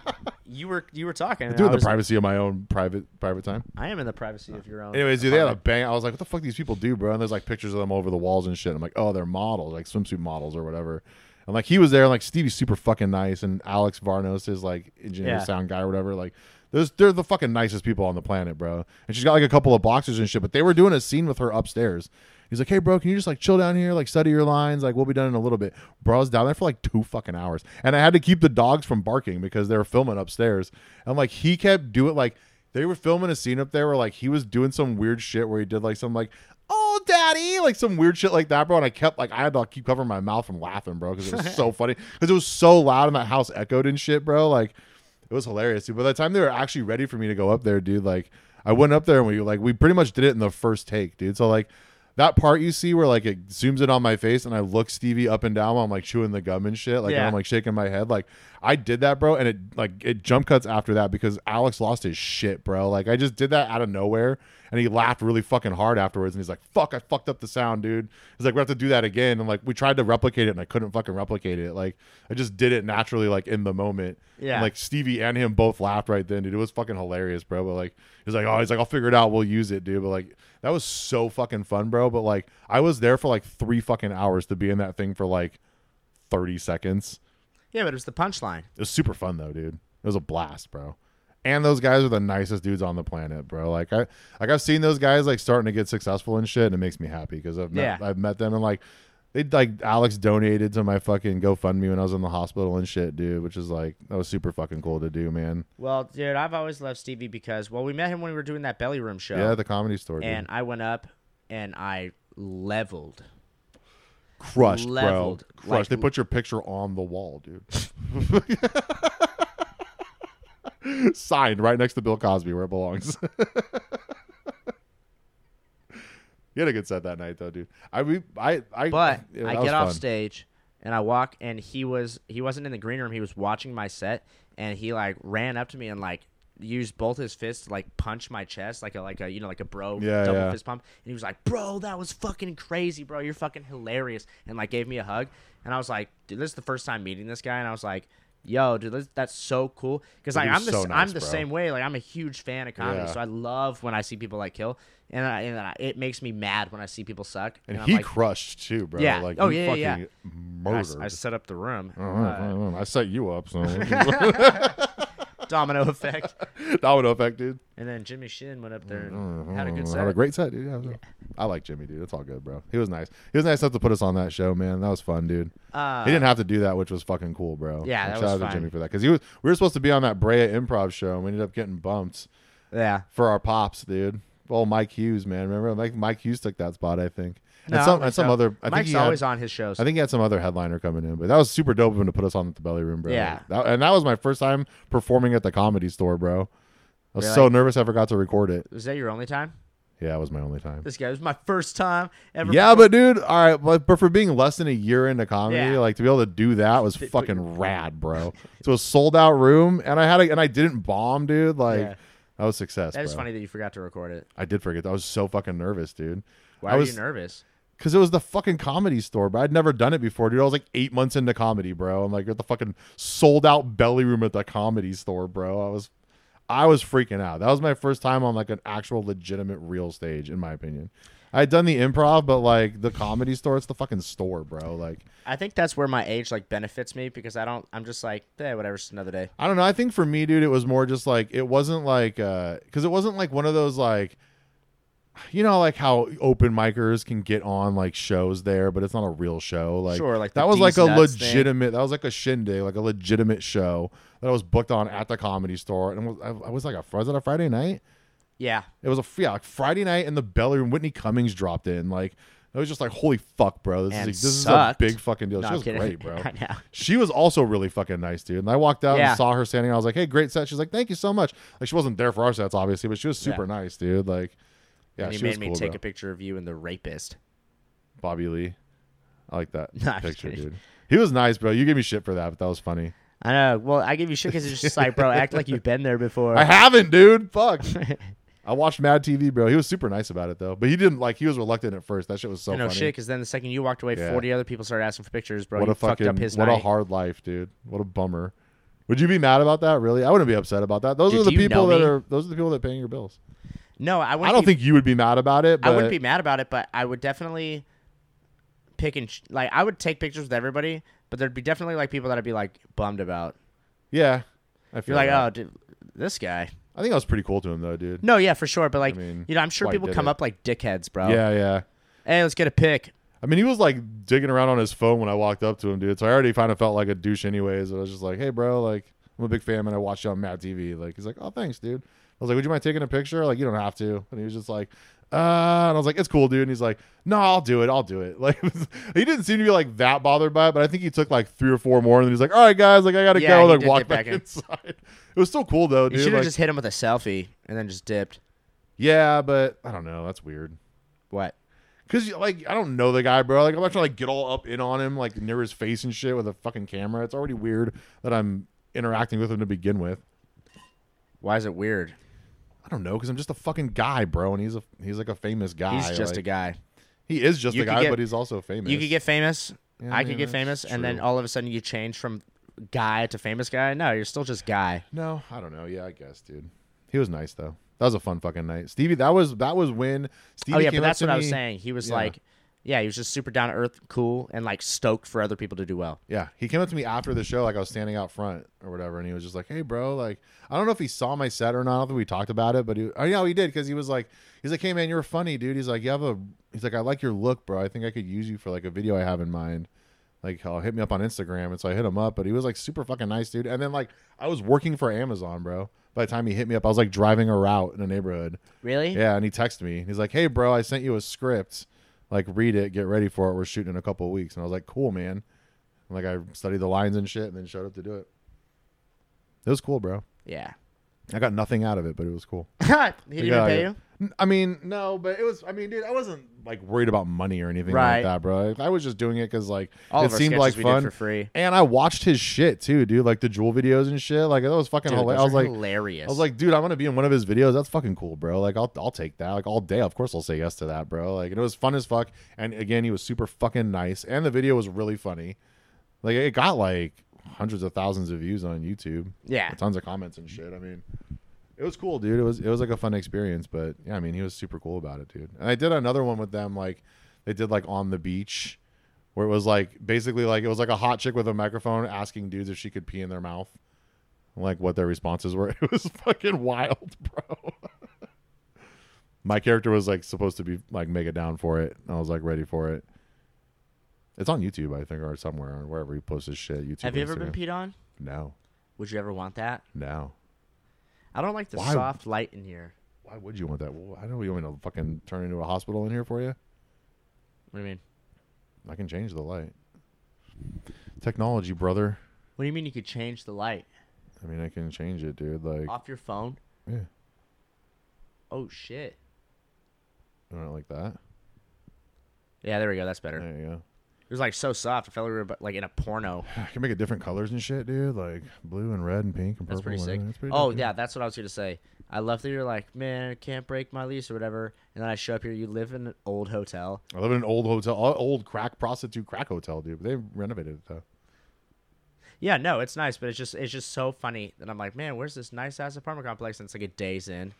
Speaker 1: you were you were talking. and
Speaker 2: doing
Speaker 1: I,
Speaker 2: the
Speaker 1: was-
Speaker 2: privacy of my own private private time.
Speaker 1: I am in the privacy of your own.
Speaker 2: Anyways, dude, they had a bang. I was like, what the fuck do these people do, bro? And there's like pictures of them over the walls and shit. I'm like, oh, they're models, like swimsuit models or whatever. And like he was there, and like Stevie's super fucking nice, and Alex Varnos is like engineer
Speaker 1: Yeah.
Speaker 2: sound guy or whatever. Like, there's they're the fucking nicest people on the planet, bro. And she's got like a couple of boxers and shit. But they were doing a scene with her upstairs. He's like, hey, bro, can you just like chill down here, like study your lines, like we'll be done in a little bit. Bro, I was down there for like two fucking hours, and I had to keep the dogs from barking because they were filming upstairs. And like he kept doing like they were filming a scene up there where like he was doing some weird shit where he did like some like oh daddy like some weird shit like that bro and i kept like i had to like, keep covering my mouth from laughing bro because it was so funny because it was so loud and that house echoed and shit bro like it was hilarious dude by the time they were actually ready for me to go up there dude like i went up there and we like we pretty much did it in the first take dude so like that part you see where like it zooms in on my face and I look Stevie up and down while I'm like chewing the gum and shit, like and
Speaker 1: Yeah.
Speaker 2: I'm like shaking my head, like I did that, bro, and it like it jump cuts after that because Alex lost his shit, bro. Like I just did that out of nowhere, and he laughed really fucking hard afterwards, and he's like, "Fuck, I fucked up the sound, dude." He's like, "We have to do that again," and like we tried to replicate it, and I couldn't fucking replicate it. Like I just did it naturally, like in the moment.
Speaker 1: Yeah.
Speaker 2: And, like Stevie and him both laughed right then, dude. It was fucking hilarious, bro. But like, he's like, oh, he's like, I'll figure it out. We'll use it, dude. But like, that was so fucking fun, bro. But like, I was there for like three fucking hours to be in that thing for like thirty seconds.
Speaker 1: yeah, but it was the punchline.
Speaker 2: It was super fun though, dude. It was a blast, bro. And those guys are the nicest dudes on the planet, bro. Like I, like I've seen those guys like starting to get successful and shit, and it makes me happy because I've met,
Speaker 1: Yeah.
Speaker 2: I've met them and like they like Alex donated to my fucking GoFundMe when I was in the hospital and shit, dude. Which is like that was super fucking cool to do, man.
Speaker 1: Well, dude, I've always loved Stevie because well, we met him when we were doing that belly room show,
Speaker 2: Yeah, at the comedy store, dude.
Speaker 1: and I went up and I leveled.
Speaker 2: crushed,
Speaker 1: leveled,
Speaker 2: bro. Crushed.
Speaker 1: like-
Speaker 2: they put your picture on the wall, dude. Signed right next to Bill Cosby where it belongs. you had a good set that night though, dude. I we I I
Speaker 1: But
Speaker 2: yeah,
Speaker 1: I
Speaker 2: that
Speaker 1: get
Speaker 2: was
Speaker 1: off
Speaker 2: fun.
Speaker 1: stage and I walk and he was he wasn't in the green room, he was watching my set and he like ran up to me and like used both his fists to like punch my chest like a like a you know like a bro
Speaker 2: Yeah,
Speaker 1: double
Speaker 2: yeah.
Speaker 1: fist pump and he was like, Bro, that was fucking crazy, bro. You're fucking hilarious and like gave me a hug and I was like, dude, this is the first time meeting this guy and I was like Yo, dude, this, that's so cool. Because
Speaker 2: Dude,
Speaker 1: like
Speaker 2: he was
Speaker 1: I'm the
Speaker 2: so
Speaker 1: s- I'm
Speaker 2: nice,
Speaker 1: the
Speaker 2: bro.
Speaker 1: same way. Like I'm a huge fan of comedy,
Speaker 2: Yeah.
Speaker 1: so I love when I see people like kill, and, I, and I, it makes me mad when I see people suck.
Speaker 2: And
Speaker 1: I'm
Speaker 2: he
Speaker 1: like,
Speaker 2: crushed too, bro.
Speaker 1: Yeah.
Speaker 2: Like
Speaker 1: Oh,
Speaker 2: he
Speaker 1: yeah, yeah,
Speaker 2: fucking
Speaker 1: I,
Speaker 2: murdered.
Speaker 1: I set up the room.
Speaker 2: I
Speaker 1: Uh,
Speaker 2: don't know. I set you up, so
Speaker 1: domino effect.
Speaker 2: that would affect, dude.
Speaker 1: And then Jimmy Shin went up there and had a good
Speaker 2: Mm-hmm. Mm, Had a
Speaker 1: set.
Speaker 2: great set, dude. Yeah, I like Jimmy, dude. It's all good, bro. He was nice. He was nice enough to put us on that show, man. That was fun, dude.
Speaker 1: Uh,
Speaker 2: he didn't have to do that, which was fucking cool, bro.
Speaker 1: Yeah, that
Speaker 2: Like, shout
Speaker 1: was
Speaker 2: out
Speaker 1: fun.
Speaker 2: to Jimmy for that because he was. We were supposed to be on that Brea Improv show, and we ended up getting bumped
Speaker 1: Yeah.
Speaker 2: for our pops, dude. Oh, Mike Hughes, man. Remember, Mike, Mike Hughes took that spot, I think.
Speaker 1: No, I
Speaker 2: and
Speaker 1: don't
Speaker 2: some,
Speaker 1: think
Speaker 2: and some
Speaker 1: so.
Speaker 2: other. I think
Speaker 1: Mike's
Speaker 2: he had-
Speaker 1: always on his shows.
Speaker 2: I think he had some other headliner coming in, but that was super dope of him to put us on at the belly room, bro.
Speaker 1: Yeah.
Speaker 2: That- and that was my first time performing at the comedy store, bro. I was
Speaker 1: Really?
Speaker 2: so nervous I forgot to record it.
Speaker 1: was that your only time?
Speaker 2: Yeah, it was my only time.
Speaker 1: This guy it was my first time ever.
Speaker 2: Yeah, but dude, all right, but, but for being less than a year into comedy,
Speaker 1: Yeah.
Speaker 2: like to be able to do that was fucking rad, bro. So a sold out room, and I had a, and I didn't bomb, dude. Like
Speaker 1: Yeah.
Speaker 2: that was success.
Speaker 1: That is
Speaker 2: bro.
Speaker 1: funny that you forgot to record it.
Speaker 2: I did forget. That. I was so fucking nervous, dude.
Speaker 1: Why
Speaker 2: I
Speaker 1: were
Speaker 2: was
Speaker 1: you nervous?
Speaker 2: because it was the fucking comedy store, but I'd never done it before, dude. I was like eight months into comedy, bro. I'm like at the fucking sold out belly room at the comedy store, bro. I was, I was freaking out. That was my first time on like an actual legitimate real stage, in my opinion. I had done the improv, but like the comedy store, it's the fucking store, bro. Like
Speaker 1: I think that's where my age like benefits me because I don't. I'm just like, eh, whatever. It's another day.
Speaker 2: I don't know. I think for me, dude, it was more just like it wasn't like because it wasn't like one of those like you know like how open micers can get on like shows there, but it's not a real show. Like
Speaker 1: Sure, like the
Speaker 2: that was
Speaker 1: D's
Speaker 2: like a
Speaker 1: Nuts thing.
Speaker 2: legitimate. That was like a shindig, like a legitimate show that I was booked on at the comedy store, and it was, I, I was like a was it a Friday night?
Speaker 1: Yeah.
Speaker 2: It was a yeah, like Friday night in the belly room. Whitney Cummings dropped in. Like I was just like, holy fuck, bro. This
Speaker 1: And
Speaker 2: is this
Speaker 1: sucked.
Speaker 2: is a big fucking deal.
Speaker 1: No,
Speaker 2: she
Speaker 1: I'm
Speaker 2: was
Speaker 1: kidding.
Speaker 2: great, bro.
Speaker 1: I know.
Speaker 2: She was also really fucking nice, dude. And I walked out
Speaker 1: Yeah.
Speaker 2: and saw her standing. I was like, hey, great set. She's like, thank you so much. Like she wasn't there for our sets, obviously, but she was super nice, dude. Like, yeah,
Speaker 1: and he
Speaker 2: she
Speaker 1: made
Speaker 2: was
Speaker 1: me
Speaker 2: cool,
Speaker 1: take
Speaker 2: bro.
Speaker 1: a picture of you and the rapist.
Speaker 2: Bobby Lee. I like that
Speaker 1: No, I'm just
Speaker 2: picture,
Speaker 1: kidding.
Speaker 2: dude. He was nice, bro. You gave me shit for that, but that was funny.
Speaker 1: I know. Well, I give you shit because it's just like, bro, act like you've been there before.
Speaker 2: I haven't, dude. Fuck. I watched Mad TV, bro. He was super nice about it though, but he didn't like. He was reluctant at first. That shit was so
Speaker 1: no
Speaker 2: funny.
Speaker 1: shit, because then the second you walked away,
Speaker 2: Yeah.
Speaker 1: forty other people started asking for pictures, bro.
Speaker 2: what
Speaker 1: you
Speaker 2: a fucking
Speaker 1: fucked up his
Speaker 2: what
Speaker 1: night.
Speaker 2: a hard life, dude. What a bummer. Would you be mad about that? Really, I wouldn't be upset about that. Those
Speaker 1: Did
Speaker 2: are the
Speaker 1: you
Speaker 2: people
Speaker 1: know
Speaker 2: that
Speaker 1: me?
Speaker 2: are those are the people that are paying your bills.
Speaker 1: no, I wouldn't.
Speaker 2: I don't
Speaker 1: be,
Speaker 2: think you would be mad about it. But
Speaker 1: I wouldn't be mad about it, but I would definitely pick and sh- like I would take pictures with everybody, but there'd be definitely like people that I'd be like bummed about.
Speaker 2: Yeah, I feel
Speaker 1: You're like,
Speaker 2: that.
Speaker 1: oh, dude, this guy.
Speaker 2: I think I was pretty cool to him though, dude.
Speaker 1: No, yeah, for sure, but like,
Speaker 2: mean,
Speaker 1: you know, I'm sure
Speaker 2: why
Speaker 1: people
Speaker 2: did
Speaker 1: come
Speaker 2: it?
Speaker 1: up like dickheads, bro.
Speaker 2: Yeah, yeah.
Speaker 1: Hey, let's get a pic.
Speaker 2: I mean, he was like digging around on his phone when I walked up to him, dude. So I already kind of felt like a douche, anyways. I was just like, hey, bro, like I'm a big fan, and I watched you on Mad TV. Like he's like, oh, thanks, dude. I was like, would you mind taking a picture? Like you don't have to. And he was just like, uh, and I was like, it's cool, dude. And he's like, no, I'll do it. I'll do it. Like he didn't seem to be like that bothered by it, but I think he took like three or four more, and then he's like, all right, guys, like I gotta
Speaker 1: Yeah,
Speaker 2: go.
Speaker 1: he
Speaker 2: Like
Speaker 1: did
Speaker 2: walk
Speaker 1: get
Speaker 2: back,
Speaker 1: back in.
Speaker 2: inside. It was still cool though,
Speaker 1: You
Speaker 2: dude.
Speaker 1: should have
Speaker 2: Like,
Speaker 1: just hit him with a selfie and then just dipped.
Speaker 2: yeah, but I don't know. That's weird.
Speaker 1: What?
Speaker 2: Cause like I don't know the guy, bro. Like I'm not trying to like, get all up in on him, like near his face and shit with a fucking camera. It's already weird that I'm interacting with him to begin with.
Speaker 1: Why is it weird?
Speaker 2: I don't know, cause I'm just a fucking guy, bro, and he's a he's like a famous guy.
Speaker 1: He's just a
Speaker 2: like,
Speaker 1: guy.
Speaker 2: He is just
Speaker 1: You
Speaker 2: a
Speaker 1: could
Speaker 2: guy,
Speaker 1: get-
Speaker 2: but he's also famous.
Speaker 1: You could get famous.
Speaker 2: Yeah,
Speaker 1: I
Speaker 2: yeah,
Speaker 1: could get
Speaker 2: that's
Speaker 1: famous, and then
Speaker 2: true.
Speaker 1: all of a sudden you change from guy to famous guy. No, you're still just guy.
Speaker 2: no, I don't know. Yeah, I guess, dude. He was nice though. That was a fun fucking night, Stevie. That was that was when Stevie.
Speaker 1: oh yeah,
Speaker 2: came
Speaker 1: but
Speaker 2: up
Speaker 1: that's
Speaker 2: to
Speaker 1: what I was
Speaker 2: me-
Speaker 1: saying. He was
Speaker 2: Yeah.
Speaker 1: like, yeah, he was just super down to earth, cool, and like stoked for other people to do well.
Speaker 2: Yeah, he came up to me after the show, like I was standing out front or whatever, and he was just like, "Hey, bro, like I don't know if he saw my set or not. I don't think we talked about it, but he, oh yeah, he did because he was like, he's like, "Hey, man, you're funny, dude." He's like, "You have a," he's like, "I like your look, bro. I think I could use you for like a video I have in mind." Like, oh, hit me up on Instagram, and so I hit him up, but he was like super fucking nice, dude. And then like I was working for Amazon, bro. By the time he hit me up, I was like driving a route in a neighborhood.
Speaker 1: Really?
Speaker 2: Yeah, and he texted me. He's like, "Hey, bro, I sent you a script. Like, read it. Get ready for it. We're shooting in a couple of weeks." And I was like, "Cool, man." And, like, I studied the lines and shit, and then showed up to do it. It was cool, bro.
Speaker 1: Yeah.
Speaker 2: I got nothing out of it, but it was cool.
Speaker 1: he didn't even
Speaker 2: Yeah,
Speaker 1: pay
Speaker 2: yeah.
Speaker 1: you.
Speaker 2: N- I mean, no, but it was. I mean, dude, I wasn't like worried about money or anything
Speaker 1: Right.
Speaker 2: like that, bro. I I was just doing it because like
Speaker 1: All
Speaker 2: it
Speaker 1: of our
Speaker 2: seemed
Speaker 1: sketches
Speaker 2: like
Speaker 1: we
Speaker 2: fun
Speaker 1: did for free.
Speaker 2: And I watched his shit too, dude. Like the jewel videos and shit. Like that was fucking.
Speaker 1: Dude,
Speaker 2: hilarious.
Speaker 1: those
Speaker 2: I was
Speaker 1: are
Speaker 2: like,
Speaker 1: hilarious.
Speaker 2: I was like, dude, I'm gonna be in one of his videos. That's fucking cool, bro. Like, I'll I'll take that. Like all day, of course, I'll say yes to that, bro. Like, and it was fun as fuck. And again, he was super fucking nice, and the video was really funny. Like, it got like hundreds of thousands of views on YouTube.
Speaker 1: yeah.
Speaker 2: and tons of comments and shit. I mean, it was cool, dude. It was it was like a fun experience. But yeah, I mean, he was super cool about it, dude. And I did another one with them. Like, they did like on the beach, where it was like basically like it was like a hot chick with a microphone asking dudes if she could pee in their mouth like what their responses were. It was fucking wild, bro. My character was like supposed to be like make it down for it. I was like ready for it. It's on YouTube, I think, or somewhere, or wherever he posts his shit. YouTube.
Speaker 1: Have you ever
Speaker 2: Instagram.
Speaker 1: been peed on?
Speaker 2: No,
Speaker 1: Would you ever want that?
Speaker 2: no.
Speaker 1: I don't like the
Speaker 2: Why-
Speaker 1: soft light in here.
Speaker 2: Why would you want that? Well, I know you want me to fucking turn into a hospital in here for you.
Speaker 1: What do you mean?
Speaker 2: I can change the light. Technology, brother.
Speaker 1: What do you mean you could change the light
Speaker 2: I mean, I can change it, dude. Like,
Speaker 1: off your phone?
Speaker 2: yeah,
Speaker 1: Oh shit.
Speaker 2: I don't like that.
Speaker 1: Yeah, there we go. That's better.
Speaker 2: There you go.
Speaker 1: It was like so soft. I felt like we were but, like in a porno.
Speaker 2: I can make it different colors and shit, dude. Like blue and red and pink and purple.
Speaker 1: That's pretty
Speaker 2: and
Speaker 1: sick.
Speaker 2: everything. That's pretty
Speaker 1: oh
Speaker 2: dope, dude.
Speaker 1: yeah, that's what I was gonna say. I love that you're like, man, I can't break my lease or whatever. And then I show up here. You live in an old hotel.
Speaker 2: I live in an old hotel, uh, old crack prostitute crack hotel, dude. But they renovated it though.
Speaker 1: Yeah, no, it's nice, but it's just it's just so funny that I'm like, man, where's this nice ass apartment complex? And it's like a days in.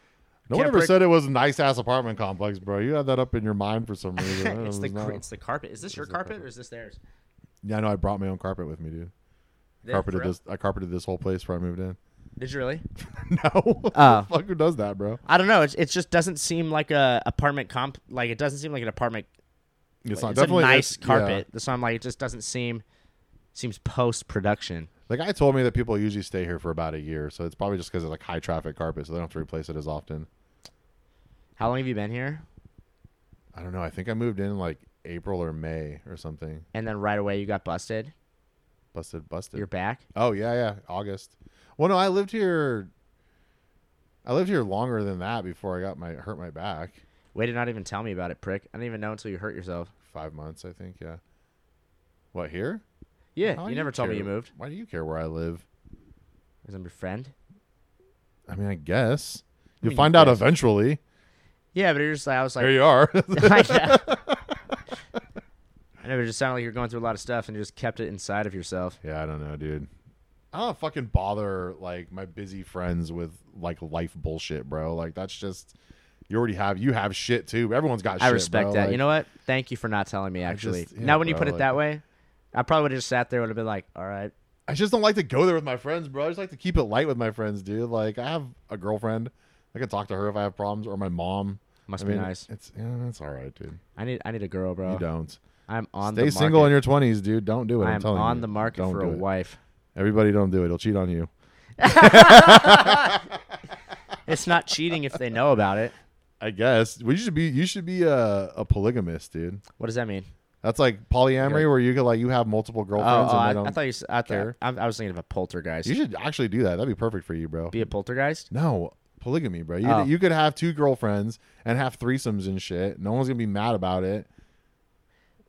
Speaker 2: No one
Speaker 1: Can't
Speaker 2: ever
Speaker 1: break-
Speaker 2: said it was a nice ass apartment complex, bro. You had that up in your mind for some reason. I
Speaker 1: it's
Speaker 2: was
Speaker 1: the
Speaker 2: not-
Speaker 1: car- it's the carpet. Is this your carpet or is this theirs?
Speaker 2: yeah, I know. I brought my own carpet with me, dude.
Speaker 1: Th-
Speaker 2: Carpeted
Speaker 1: for real?
Speaker 2: this. I carpeted this whole place before I moved in.
Speaker 1: Did you really?
Speaker 2: no,
Speaker 1: Oh.
Speaker 2: fuck, who does that, bro?
Speaker 1: I don't know. It's, it just doesn't seem like a apartment comp. Like it doesn't seem like an apartment.
Speaker 2: It's
Speaker 1: It's,
Speaker 2: not definitely
Speaker 1: a nice
Speaker 2: it's- yeah.
Speaker 1: carpet. So I'm like, it just doesn't seem seems post production.
Speaker 2: The guy told me that people usually stay here for about a year, so it's probably just because it's like high traffic carpet, so they don't have to replace it as often.
Speaker 1: How long have you been here?
Speaker 2: I don't know. I think I moved in like April or May or something.
Speaker 1: And then right away you got busted.
Speaker 2: Busted, busted.
Speaker 1: You're back.
Speaker 2: Oh yeah, yeah. August. Well, no, I lived here. I lived here longer than that before I got my hurt my back.
Speaker 1: Way to not even tell me about it, prick. I didn't even know until you hurt yourself.
Speaker 2: five months, I think. Yeah. What here?
Speaker 1: Yeah,
Speaker 2: How do
Speaker 1: you never told me you
Speaker 2: care-
Speaker 1: moved.
Speaker 2: Why do you care where I live?
Speaker 1: Because I'm your friend.
Speaker 2: I mean, I guess
Speaker 1: mean,
Speaker 2: you'll
Speaker 1: you
Speaker 2: find out
Speaker 1: guess.
Speaker 2: eventually.
Speaker 1: Yeah, but you're just like I was like,
Speaker 2: Here you are.
Speaker 1: I know it just sounded like you're going through a lot of stuff and just kept it inside of yourself.
Speaker 2: Yeah, I don't know, dude. I don't fucking bother like my busy friends with like life bullshit, bro. Like that's just you already have you have shit too. Everyone's got.
Speaker 1: I
Speaker 2: Ah, shit,
Speaker 1: respect
Speaker 2: bro.
Speaker 1: that. you
Speaker 2: Like,
Speaker 1: know what? Thank you for not telling me. Actually,
Speaker 2: just- yeah,
Speaker 1: now when you
Speaker 2: bro,
Speaker 1: put it
Speaker 2: like-
Speaker 1: that way, I probably would have just sat there and would have been like, all right.
Speaker 2: I just don't like to go there with my friends, bro. I just like to keep it light with my friends, dude. Like I have a girlfriend. I can talk to her if I have problems, or my mom.
Speaker 1: Must
Speaker 2: I
Speaker 1: be
Speaker 2: mean,
Speaker 1: nice.
Speaker 2: It's yeah, it's all right, dude.
Speaker 1: I need I need a girl, bro.
Speaker 2: You don't
Speaker 1: I'm on
Speaker 2: stay
Speaker 1: the
Speaker 2: single in
Speaker 1: market.
Speaker 2: your twenties, dude. Don't do it. I'm
Speaker 1: I'm
Speaker 2: telling
Speaker 1: on
Speaker 2: you.
Speaker 1: the market
Speaker 2: Don't
Speaker 1: for
Speaker 2: do
Speaker 1: a
Speaker 2: it.
Speaker 1: wife.
Speaker 2: Everybody, don't do it. He'll cheat on you.
Speaker 1: It's not cheating if they know about it.
Speaker 2: I guess. We should be. You should be a, a polygamist, dude.
Speaker 1: What does that mean?
Speaker 2: That's like polyamory,
Speaker 1: Good.
Speaker 2: where you could like you have multiple
Speaker 1: Oh,
Speaker 2: girlfriends.
Speaker 1: oh,
Speaker 2: and they
Speaker 1: I,
Speaker 2: don't,
Speaker 1: I thought you. s- I, thought,
Speaker 2: care.
Speaker 1: I, I was thinking of a poltergeist.
Speaker 2: you should actually do that. That'd be perfect for you, bro.
Speaker 1: be a poltergeist.
Speaker 2: no polygamy, bro. You,
Speaker 1: Oh.
Speaker 2: you could have two girlfriends and have threesomes and shit. No one's gonna be mad about it.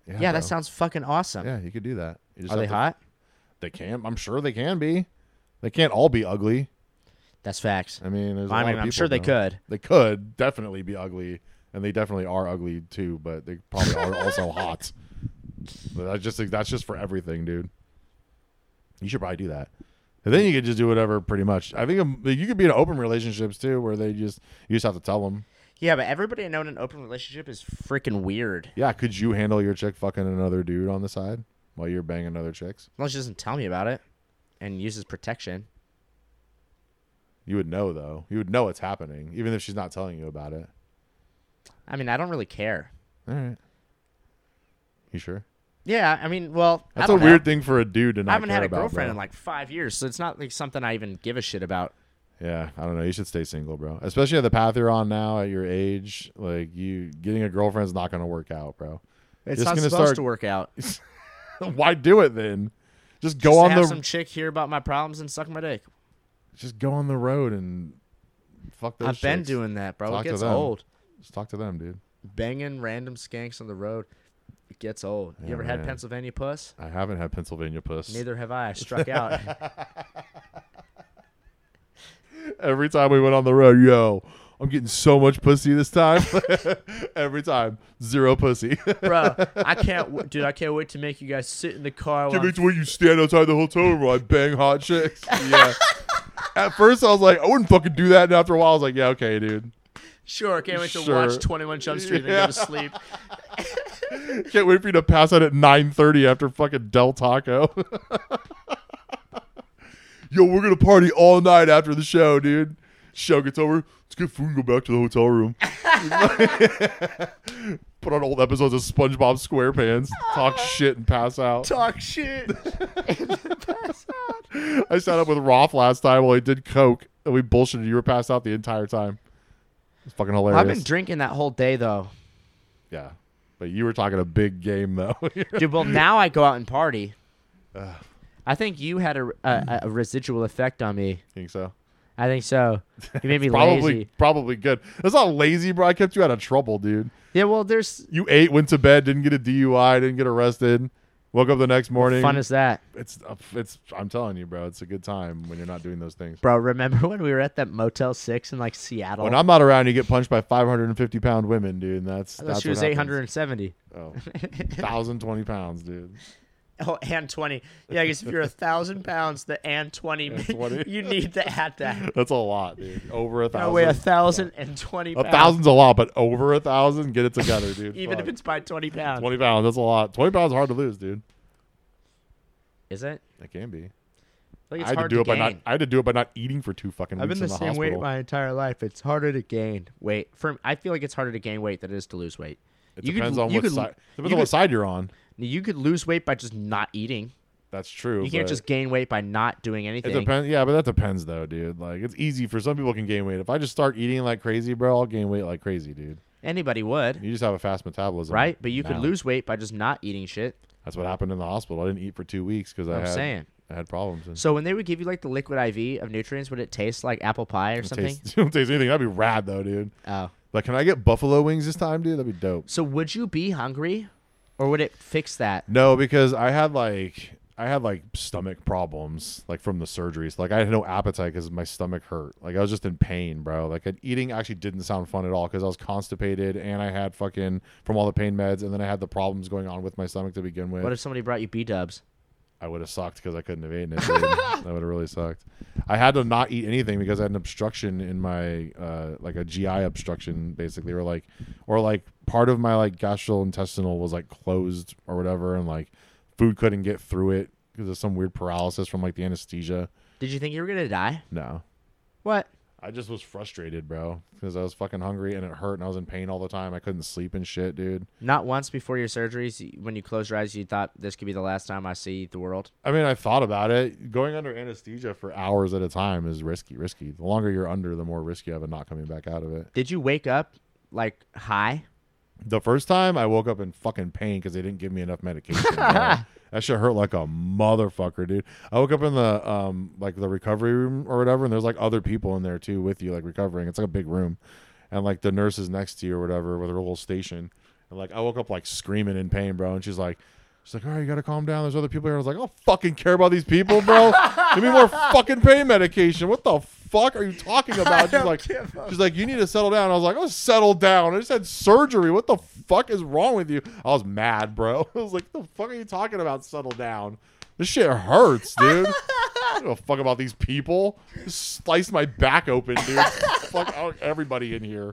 Speaker 1: Yeah,
Speaker 2: bro.
Speaker 1: that sounds fucking awesome.
Speaker 2: Yeah, you could do that. You just
Speaker 1: Are
Speaker 2: have
Speaker 1: they
Speaker 2: to-
Speaker 1: hot?
Speaker 2: They can. I'm sure they can be. They can't all be ugly.
Speaker 1: That's facts.
Speaker 2: I mean, there's. a
Speaker 1: I
Speaker 2: lot
Speaker 1: mean,
Speaker 2: of
Speaker 1: I'm
Speaker 2: people,
Speaker 1: sure they
Speaker 2: bro.
Speaker 1: could.
Speaker 2: They could definitely be ugly, and they definitely are ugly too. But they probably are also hot. But that's just that's just for everything, dude. You should probably do that. And then you could just do whatever, pretty much. I think um, you could be in open relationships too, where they just you just have to tell them,
Speaker 1: Yeah, but everybody I know in an open relationship is freaking weird.
Speaker 2: yeah, could you handle your chick fucking another dude on the side while you're banging other chicks?
Speaker 1: Unless she doesn't tell me about it and uses protection.
Speaker 2: You would know though. You would know it's happening, even if she's not telling you about it.
Speaker 1: I mean, I don't really care.
Speaker 2: All right. You sure?
Speaker 1: Yeah, I mean, well, I
Speaker 2: That's a
Speaker 1: don't know.
Speaker 2: weird thing for a dude to not
Speaker 1: I haven't
Speaker 2: care
Speaker 1: had a
Speaker 2: about,
Speaker 1: girlfriend
Speaker 2: bro.
Speaker 1: in like five years, so it's not like something I even give a shit about.
Speaker 2: Yeah, I don't know. You should stay single, bro. Especially at the path you're on now, at your age, like you getting a girlfriend's not going to work out, bro.
Speaker 1: It's
Speaker 2: Just
Speaker 1: not
Speaker 2: gonna
Speaker 1: supposed
Speaker 2: start-
Speaker 1: to work out.
Speaker 2: Why do it then? Just go
Speaker 1: Just
Speaker 2: on
Speaker 1: have
Speaker 2: the
Speaker 1: some chick hear about my problems and suck my dick.
Speaker 2: just go on the road and fuck those.
Speaker 1: I've been
Speaker 2: chicks.
Speaker 1: doing that, bro.
Speaker 2: Talk
Speaker 1: it
Speaker 2: to
Speaker 1: gets
Speaker 2: them.
Speaker 1: old.
Speaker 2: Just talk to them, dude.
Speaker 1: Banging random skanks on the road, it gets old. You
Speaker 2: Yeah,
Speaker 1: ever had
Speaker 2: Oh, man.
Speaker 1: Pennsylvania puss?
Speaker 2: I haven't had Pennsylvania puss.
Speaker 1: Neither have I. I struck out.
Speaker 2: Every time we went on the road, yo, I'm getting so much pussy this time. Every time, zero pussy.
Speaker 1: bro. I can't, w- dude. I can't wait to make you guys sit in the car. While
Speaker 2: Give me
Speaker 1: I'm-
Speaker 2: to where you stand outside the hotel room while I bang hot chicks. Yeah. At first, I was like, I wouldn't fucking do that. And after a while, I was like, yeah, okay, dude.
Speaker 1: sure, I can't wait to
Speaker 2: Sure.
Speaker 1: watch Twenty One Jump Street and
Speaker 2: Yeah.
Speaker 1: go to sleep.
Speaker 2: Can't wait for you to pass out at 9.30 after fucking Del Taco. Yo, we're going to party all night after the show, dude. Show gets over. Let's get food and go back to the hotel room. Put on old episodes of SpongeBob SquarePants. Talk shit and pass out.
Speaker 1: Talk shit.
Speaker 2: I sat up with Roth last time while he did coke, and we bullshitted. You were passed out the entire time. It's fucking hilarious.
Speaker 1: I've been drinking that whole day though,
Speaker 2: yeah, but you were talking a big game though.
Speaker 1: dude. Well, now I go out and party. I think you had a, a, a residual effect on me.
Speaker 2: think so?
Speaker 1: I think so. You made me
Speaker 2: Probably,
Speaker 1: lazy.
Speaker 2: probably good. That's not lazy, bro. I kept you out of trouble, dude.
Speaker 1: Yeah, well, there's
Speaker 2: You ate, went to bed, didn't get a DUI, didn't get arrested. Woke up the next morning.
Speaker 1: fun as that,
Speaker 2: it's uh, it's. I'm telling you, bro. It's a good time when you're not doing those things.
Speaker 1: bro. Remember when we were at that Motel Six in like Seattle?
Speaker 2: When I'm not around, you get punched by 550 pound women, dude. And that's
Speaker 1: I thought
Speaker 2: that's
Speaker 1: she
Speaker 2: what
Speaker 1: was
Speaker 2: happens.
Speaker 1: 870.
Speaker 2: Oh, 1,020 pounds, dude.
Speaker 1: Oh, and 20. Yeah, I guess if you're a thousand pounds, the and 20,
Speaker 2: 20.
Speaker 1: you need to add that.
Speaker 2: That's a lot, dude. Over a
Speaker 1: I
Speaker 2: thousand.
Speaker 1: weigh a thousand and twenty pounds.
Speaker 2: a thousand's a lot, but over a thousand, get it together, dude.
Speaker 1: even if
Speaker 2: Fuck.
Speaker 1: it's by twenty pounds.
Speaker 2: twenty pounds, that's a lot. Twenty pounds is hard to lose, dude.
Speaker 1: Is it?
Speaker 2: It can be.
Speaker 1: Like
Speaker 2: I had to do it by not. I had to do it by not eating for two fucking weeks
Speaker 1: I've been the,
Speaker 2: in the,
Speaker 1: same weight
Speaker 2: hospital.
Speaker 1: my entire life. It's harder to gain weight. For I feel like it's harder to gain weight than it is to lose weight.
Speaker 2: it
Speaker 1: you could-
Speaker 2: depends on
Speaker 1: you
Speaker 2: what
Speaker 1: could-
Speaker 2: side. Depends
Speaker 1: you
Speaker 2: on what
Speaker 1: could-
Speaker 2: side you're on.
Speaker 1: You could lose weight by just not eating.
Speaker 2: That's true.
Speaker 1: You can't
Speaker 2: but
Speaker 1: just gain weight by not doing
Speaker 2: It
Speaker 1: anything.
Speaker 2: depends. Yeah, but that depends though, dude. Like it's easy for some people can gain weight. If I just start eating like crazy, bro, I'll gain weight like crazy, dude.
Speaker 1: Anybody would,
Speaker 2: You just have a fast metabolism,
Speaker 1: right? But you could
Speaker 2: now.
Speaker 1: lose weight by just not eating shit.
Speaker 2: That's what happened in the hospital. I didn't eat for two weeks because I
Speaker 1: I'm
Speaker 2: had
Speaker 1: saying.
Speaker 2: I had problems. And
Speaker 1: So when they would give you like the liquid IV of nutrients, would it taste like apple pie or something?
Speaker 2: Taste, don't taste anything. That'd be rad though, dude.
Speaker 1: oh.
Speaker 2: Like, can I get buffalo wings this time, dude? That'd be dope.
Speaker 1: So would you be hungry? or would it fix that?
Speaker 2: No, because I had like I had like stomach problems like from the surgeries. Like I had no appetite because my stomach hurt. Like I was just in pain, bro. Like I'd- eating actually didn't sound fun at all because I was constipated and I had fucking from all the pain meds and then I had the problems going on with my stomach to begin with.
Speaker 1: What if somebody brought you B dubs?
Speaker 2: I would have sucked because I couldn't have eaten it. dude. that would have really sucked. I had to not eat anything because I had an obstruction in my uh, like a GI obstruction basically, or like, or like part of my like gastrointestinal was like closed or whatever, and like food couldn't get through it because of some weird paralysis from like the anesthesia.
Speaker 1: Did you think you were gonna die?
Speaker 2: No,
Speaker 1: What?
Speaker 2: I just was frustrated, bro, because I was fucking hungry and it hurt and I was in pain all the time. I couldn't sleep and shit, dude.
Speaker 1: Not once before your surgeries, y- when you closed your eyes, you thought this could be the last time I see the world.
Speaker 2: I mean, I thought about it. Going under anesthesia for hours at a time is risky. Risky. The longer you're under, the more risky of it not coming back out of it.
Speaker 1: Did you wake up like high?
Speaker 2: The first time I woke up in fucking pain because they didn't give me enough medication. bro. that shit hurt like a motherfucker, dude. I woke up in the um like the recovery room or whatever, and there's like other people in there too with you, like recovering. It's like a big room, and like the nurse is next to you or whatever with her little station. And like I woke up like screaming in pain, bro. And she's like, she's like, all right, you gotta calm down. There's other people here. I was like, I don't fucking care about these people, bro. give me more fucking pain medication. What the fuck are you talking about? She's
Speaker 1: don't
Speaker 2: like,
Speaker 1: give a
Speaker 2: she's like, you need to settle down. I was like, oh, settle down. I just had surgery. What the fuck is wrong with you? I was mad, bro. I was like, the fuck are you talking about? Settle down. This shit hurts, dude. I don't give a fuck about these people. Just slice my back open, dude. fuck out everybody in here.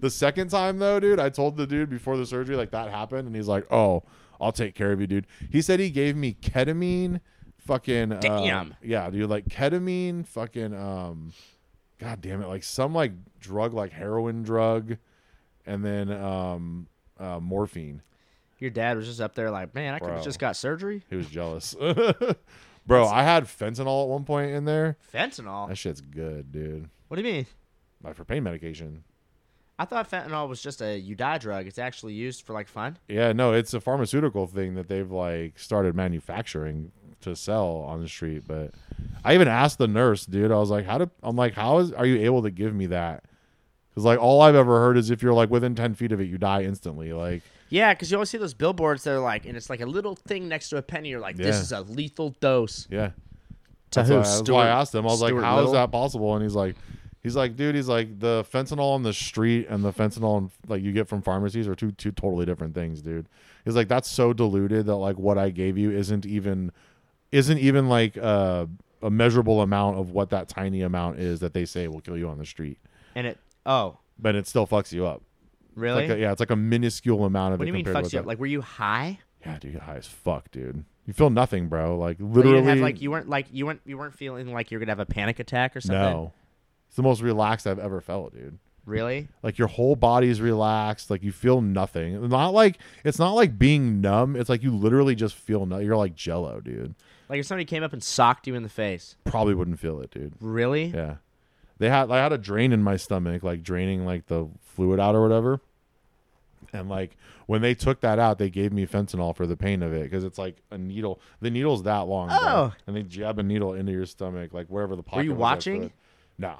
Speaker 2: The second time though, dude, I told the dude before the surgery like that happened, and he's like, "Oh, I'll take care of you, dude." He said he gave me ketamine, fucking uh,
Speaker 1: Damn.
Speaker 2: yeah, dude, like ketamine, fucking um, god damn it, like some like drug like heroin drug, and then um uh, morphine.
Speaker 1: Your dad was just up there like, man, I could
Speaker 2: Bro.
Speaker 1: have just got surgery.
Speaker 2: He was jealous, bro. I had fentanyl at one point in there.
Speaker 1: Fentanyl.
Speaker 2: That shit's good, dude.
Speaker 1: What do you mean?
Speaker 2: Like for pain medication.
Speaker 1: I thought fentanyl was just a you die drug. It's actually used for like fun.
Speaker 2: Yeah, no, it's a pharmaceutical thing that they've like started manufacturing to sell on the street. But I even asked the nurse, dude. I was like, "How do?" I'm like, "How is? Are you able to give me that?" Because like all I've ever heard is if you're like within ten feet of it, you die instantly. Like,
Speaker 1: Yeah, because you always see those billboards that are like, and it's like a little thing next to a penny. You're like, this
Speaker 2: Yeah.
Speaker 1: is a lethal dose.
Speaker 2: yeah.
Speaker 1: To
Speaker 2: That's
Speaker 1: who?
Speaker 2: why, that's why I asked him. I was like,
Speaker 1: Stuart
Speaker 2: "How is
Speaker 1: Little?
Speaker 2: that possible?" And he's like, "He's like, dude. He's like, the fentanyl on the street and the fentanyl and, like you get from pharmacies are two two totally different things, dude." He's like, "That's so diluted that like what I gave you isn't even isn't even like uh, a measurable amount of what that tiny amount is that they say will kill you on the street,
Speaker 1: And it, oh,
Speaker 2: but it still fucks you up.
Speaker 1: really?
Speaker 2: Like a, yeah, it's like a minuscule amount of
Speaker 1: what do you
Speaker 2: it
Speaker 1: mean
Speaker 2: compared
Speaker 1: fucks
Speaker 2: to
Speaker 1: you
Speaker 2: what
Speaker 1: up? Like, were you high?
Speaker 2: that- yeah, dude, you get high as fuck, dude. You feel nothing, bro. Like
Speaker 1: But
Speaker 2: literally,
Speaker 1: you didn't have like you weren't like you weren't you weren't feeling like you're gonna have a panic attack or something.
Speaker 2: no. It's the most relaxed I've ever felt, dude.
Speaker 1: Really?
Speaker 2: like your whole body's relaxed like you feel nothing not like it's not like being numb it's like you literally just feel no you're like jello dude
Speaker 1: Like if somebody came up and socked you in the face.
Speaker 2: probably wouldn't feel it dude
Speaker 1: Really?
Speaker 2: yeah they had i had a drain in my stomach like draining like the fluid out or whatever and like when they took that out they gave me fentanyl for the pain of it because it's like a needle the needle's that long bro.
Speaker 1: Oh.
Speaker 2: and they jab a needle into your stomach like wherever the pocket
Speaker 1: you
Speaker 2: was
Speaker 1: watching?
Speaker 2: after it. nah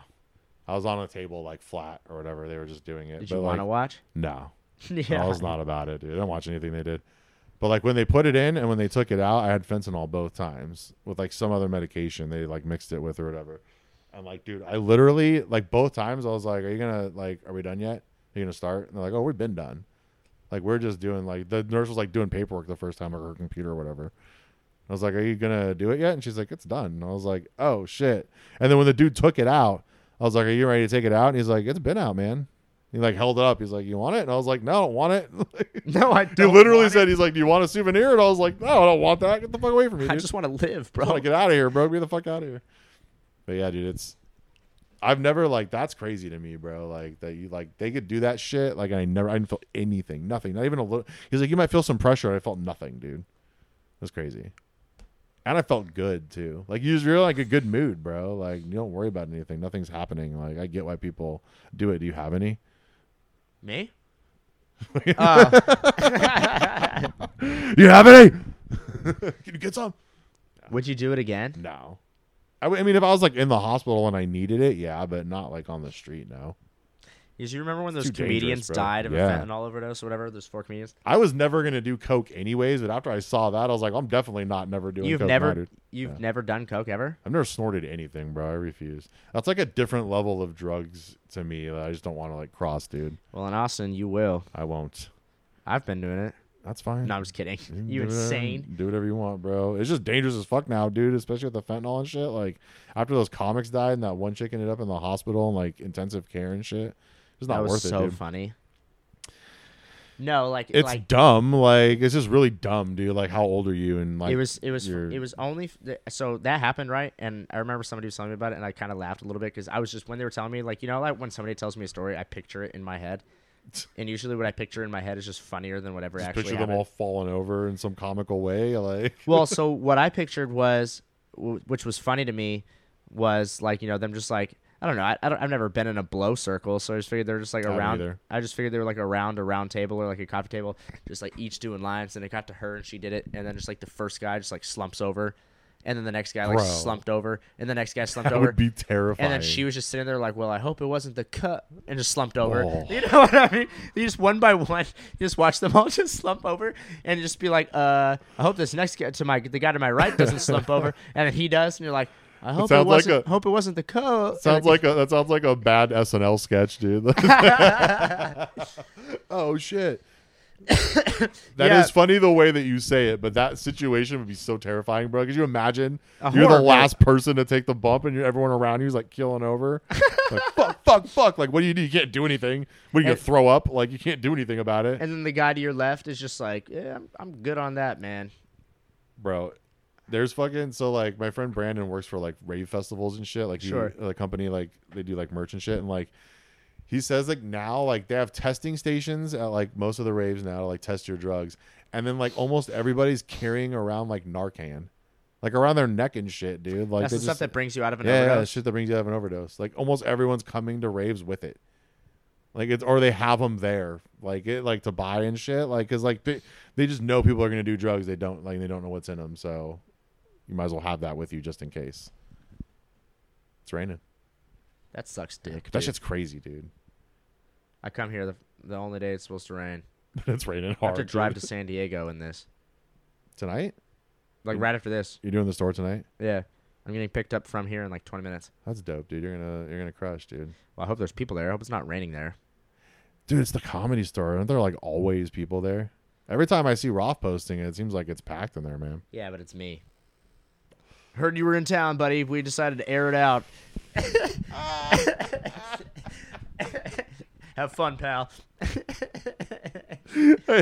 Speaker 2: i was on a table like flat or whatever they were just doing it
Speaker 1: Did
Speaker 2: but
Speaker 1: you
Speaker 2: like
Speaker 1: want to watch?
Speaker 2: no
Speaker 1: yeah.
Speaker 2: I was not about it, dude. I didn't watch anything they did. But like when they put it in and when they took it out, I had fentanyl both times with like some other medication they like mixed it with or whatever. I'm like, dude, I literally like both times I was like, Are you gonna like are we done yet? Are you gonna start? And they're like, Oh, we've been done. Like we're just doing like the nurse was like doing paperwork the first time on her computer or whatever. I was like, "Are you gonna do it yet?" And she's like, "It's done." And I was like, "Oh shit!" And then when the dude took it out, I was like, "Are you ready to take it out?" And he's like, "It's been out, man." He like held it up. He's like, "You want it?" And I was like, "No, I don't want it."
Speaker 1: No, I
Speaker 2: he
Speaker 1: don't.
Speaker 2: literally
Speaker 1: want
Speaker 2: said, "He's like, do you want a souvenir?" And I was like, "No, I don't want that. Get the fuck away from me,
Speaker 1: it.
Speaker 2: dude.
Speaker 1: I just want to live,
Speaker 2: I
Speaker 1: bro.
Speaker 2: want to get out of here, bro. Get the fuck out of here." But yeah, dude, it's I've never like that's crazy to me, bro. Like that you like they could do that shit. Like I never I didn't feel anything, nothing, not even a little. He's like, "You might feel some pressure." I felt nothing, dude. That's crazy. And I felt good too. Like you just really like a good mood, bro. Like you don't worry about anything. Nothing's happening. Like I get why people do it. Do you have any?
Speaker 1: Me? uh,
Speaker 2: You have any? Can you get some?
Speaker 1: would you do it again?
Speaker 2: No. I, w- I mean, if I was like in the hospital and I needed it, yeah, but not like on the street. No.
Speaker 1: Because you remember when those
Speaker 2: too dangerous,
Speaker 1: comedians
Speaker 2: bro.
Speaker 1: died of
Speaker 2: Yeah.
Speaker 1: a fentanyl overdose or whatever? Those four comedians.
Speaker 2: I was never gonna do coke anyways, but after I saw that, I was like, I'm definitely not never doing.
Speaker 1: You've
Speaker 2: coke
Speaker 1: never,
Speaker 2: now, dude.
Speaker 1: you've never done coke ever.
Speaker 2: I've never snorted anything, bro. I refuse. That's like a different level of drugs to me that I just don't want to like cross, dude.
Speaker 1: Well, in Austin, you will.
Speaker 2: I won't.
Speaker 1: I've been doing it.
Speaker 2: That's fine.
Speaker 1: No, I'm just kidding.
Speaker 2: can
Speaker 1: You
Speaker 2: do whatever-
Speaker 1: insane.
Speaker 2: do whatever you want, bro. It's just dangerous as fuck now, dude. Especially with the fentanyl and shit. Like after those comics died and that one chick ended up in the hospital and like intensive care and shit. It's not
Speaker 1: that was
Speaker 2: worth
Speaker 1: so
Speaker 2: it, dude.
Speaker 1: funny. No, like
Speaker 2: It's
Speaker 1: like
Speaker 2: dumb. Like it's just really dumb, dude. Like how old are you? And like
Speaker 1: it was it was
Speaker 2: you're-
Speaker 1: it was only f- th- so that happened right and i remember somebody was telling me about it and i kind of laughed a little bit because i was just when they were telling me like you know like when somebody tells me a story i picture it in my head and usually what i picture in my head is just funnier than whatever
Speaker 2: just
Speaker 1: actually
Speaker 2: picture them
Speaker 1: happened.
Speaker 2: all falling over in some comical way. Like
Speaker 1: well so what i pictured was w- which was funny to me was like you know them just like i don't know I, I don't, i've never been in a blow circle so i just figured they were just like
Speaker 2: haven't
Speaker 1: around
Speaker 2: either.
Speaker 1: i just figured they were like around a round table or like a coffee table just like each doing lines and it got to her and she did it and then just like the first guy just like slumps over and then the next guy like
Speaker 2: Bro.
Speaker 1: slumped over and the next guy slumped
Speaker 2: that
Speaker 1: over
Speaker 2: would be terrifying.
Speaker 1: and then she was just sitting there like, "Well, I hope it wasn't the cup," and just slumped over.
Speaker 2: Oh.
Speaker 1: You know what I mean? You just one by one, you just watch them all just slump over, and just be like, "Uh, I hope this next guy to my the guy to my right doesn't slump over," and then he does, and you're like, "I hope it,
Speaker 2: sounds like
Speaker 1: wasn't.
Speaker 2: a-
Speaker 1: hope it wasn't the cup." And
Speaker 2: Sounds
Speaker 1: it-
Speaker 2: like a, that sounds like a bad SNL sketch, dude. oh shit. That is
Speaker 1: Yeah.
Speaker 2: funny the way that you say it, but that situation would be so terrifying, bro. Could you imagine
Speaker 1: A
Speaker 2: you're the
Speaker 1: horror
Speaker 2: last person to take the bump and you're, everyone around you's like killing over? like, fuck, fuck, fuck. Like, what do you do? You can't do anything. What are you going
Speaker 1: And-
Speaker 2: to throw up? Like, you can't do anything about it.
Speaker 1: and then the guy to your left is just like, "Yeah, I'm, I'm good on that, man."
Speaker 2: bro there's fucking so like my friend brandon works for like rave festivals and shit like he-
Speaker 1: Sure.
Speaker 2: the company like they do like merch and shit and like he says like now like they have testing stations at like most of the raves now to like test your drugs and then like almost everybody's carrying around like narcan like around their neck and shit dude like
Speaker 1: That's
Speaker 2: they
Speaker 1: the stuff
Speaker 2: just-
Speaker 1: that brings you out of an
Speaker 2: yeah, yeah, the
Speaker 1: overdose.
Speaker 2: shit that brings you out of an overdose. Like almost everyone's coming to raves with it. Like it's or they have them there, like it, like to buy and shit. Like, cause like they, they just know people are gonna do drugs. They don't like they don't know what's in them, so you might as well have that with you just in case. It's raining.
Speaker 1: That sucks, dick.
Speaker 2: That
Speaker 1: dude.
Speaker 2: shit's crazy, dude.
Speaker 1: I come here the the only day it's supposed to rain.
Speaker 2: it's raining
Speaker 1: I
Speaker 2: hard.
Speaker 1: have to drive
Speaker 2: dude.
Speaker 1: to San Diego in this,
Speaker 2: tonight. Mm.
Speaker 1: like right after this.
Speaker 2: You're doing the store tonight.
Speaker 1: Yeah. I'm getting picked up from here in like 20 minutes.
Speaker 2: That's dope, dude. You're gonna you're gonna crush, dude.
Speaker 1: Well, I hope there's people there. I hope it's not raining there.
Speaker 2: Dude, it's the comedy store. Aren't there like always people there? Every time I see Roth posting it, it seems like it's packed in there, man.
Speaker 1: Yeah, but it's me. Heard you were in town, buddy. We decided to air it out. Have fun, pal.
Speaker 2: I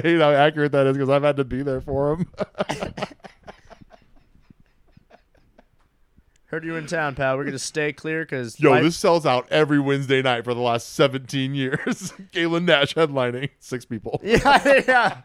Speaker 2: hate how accurate that is because I've had to be there for him.
Speaker 1: Heard you were in town, pal. We're gonna stay clear, cause
Speaker 2: Yo,
Speaker 1: life-
Speaker 2: this sells out every Wednesday night for the last 17 years. Galen Nash headlining six people.
Speaker 1: yeah, yeah.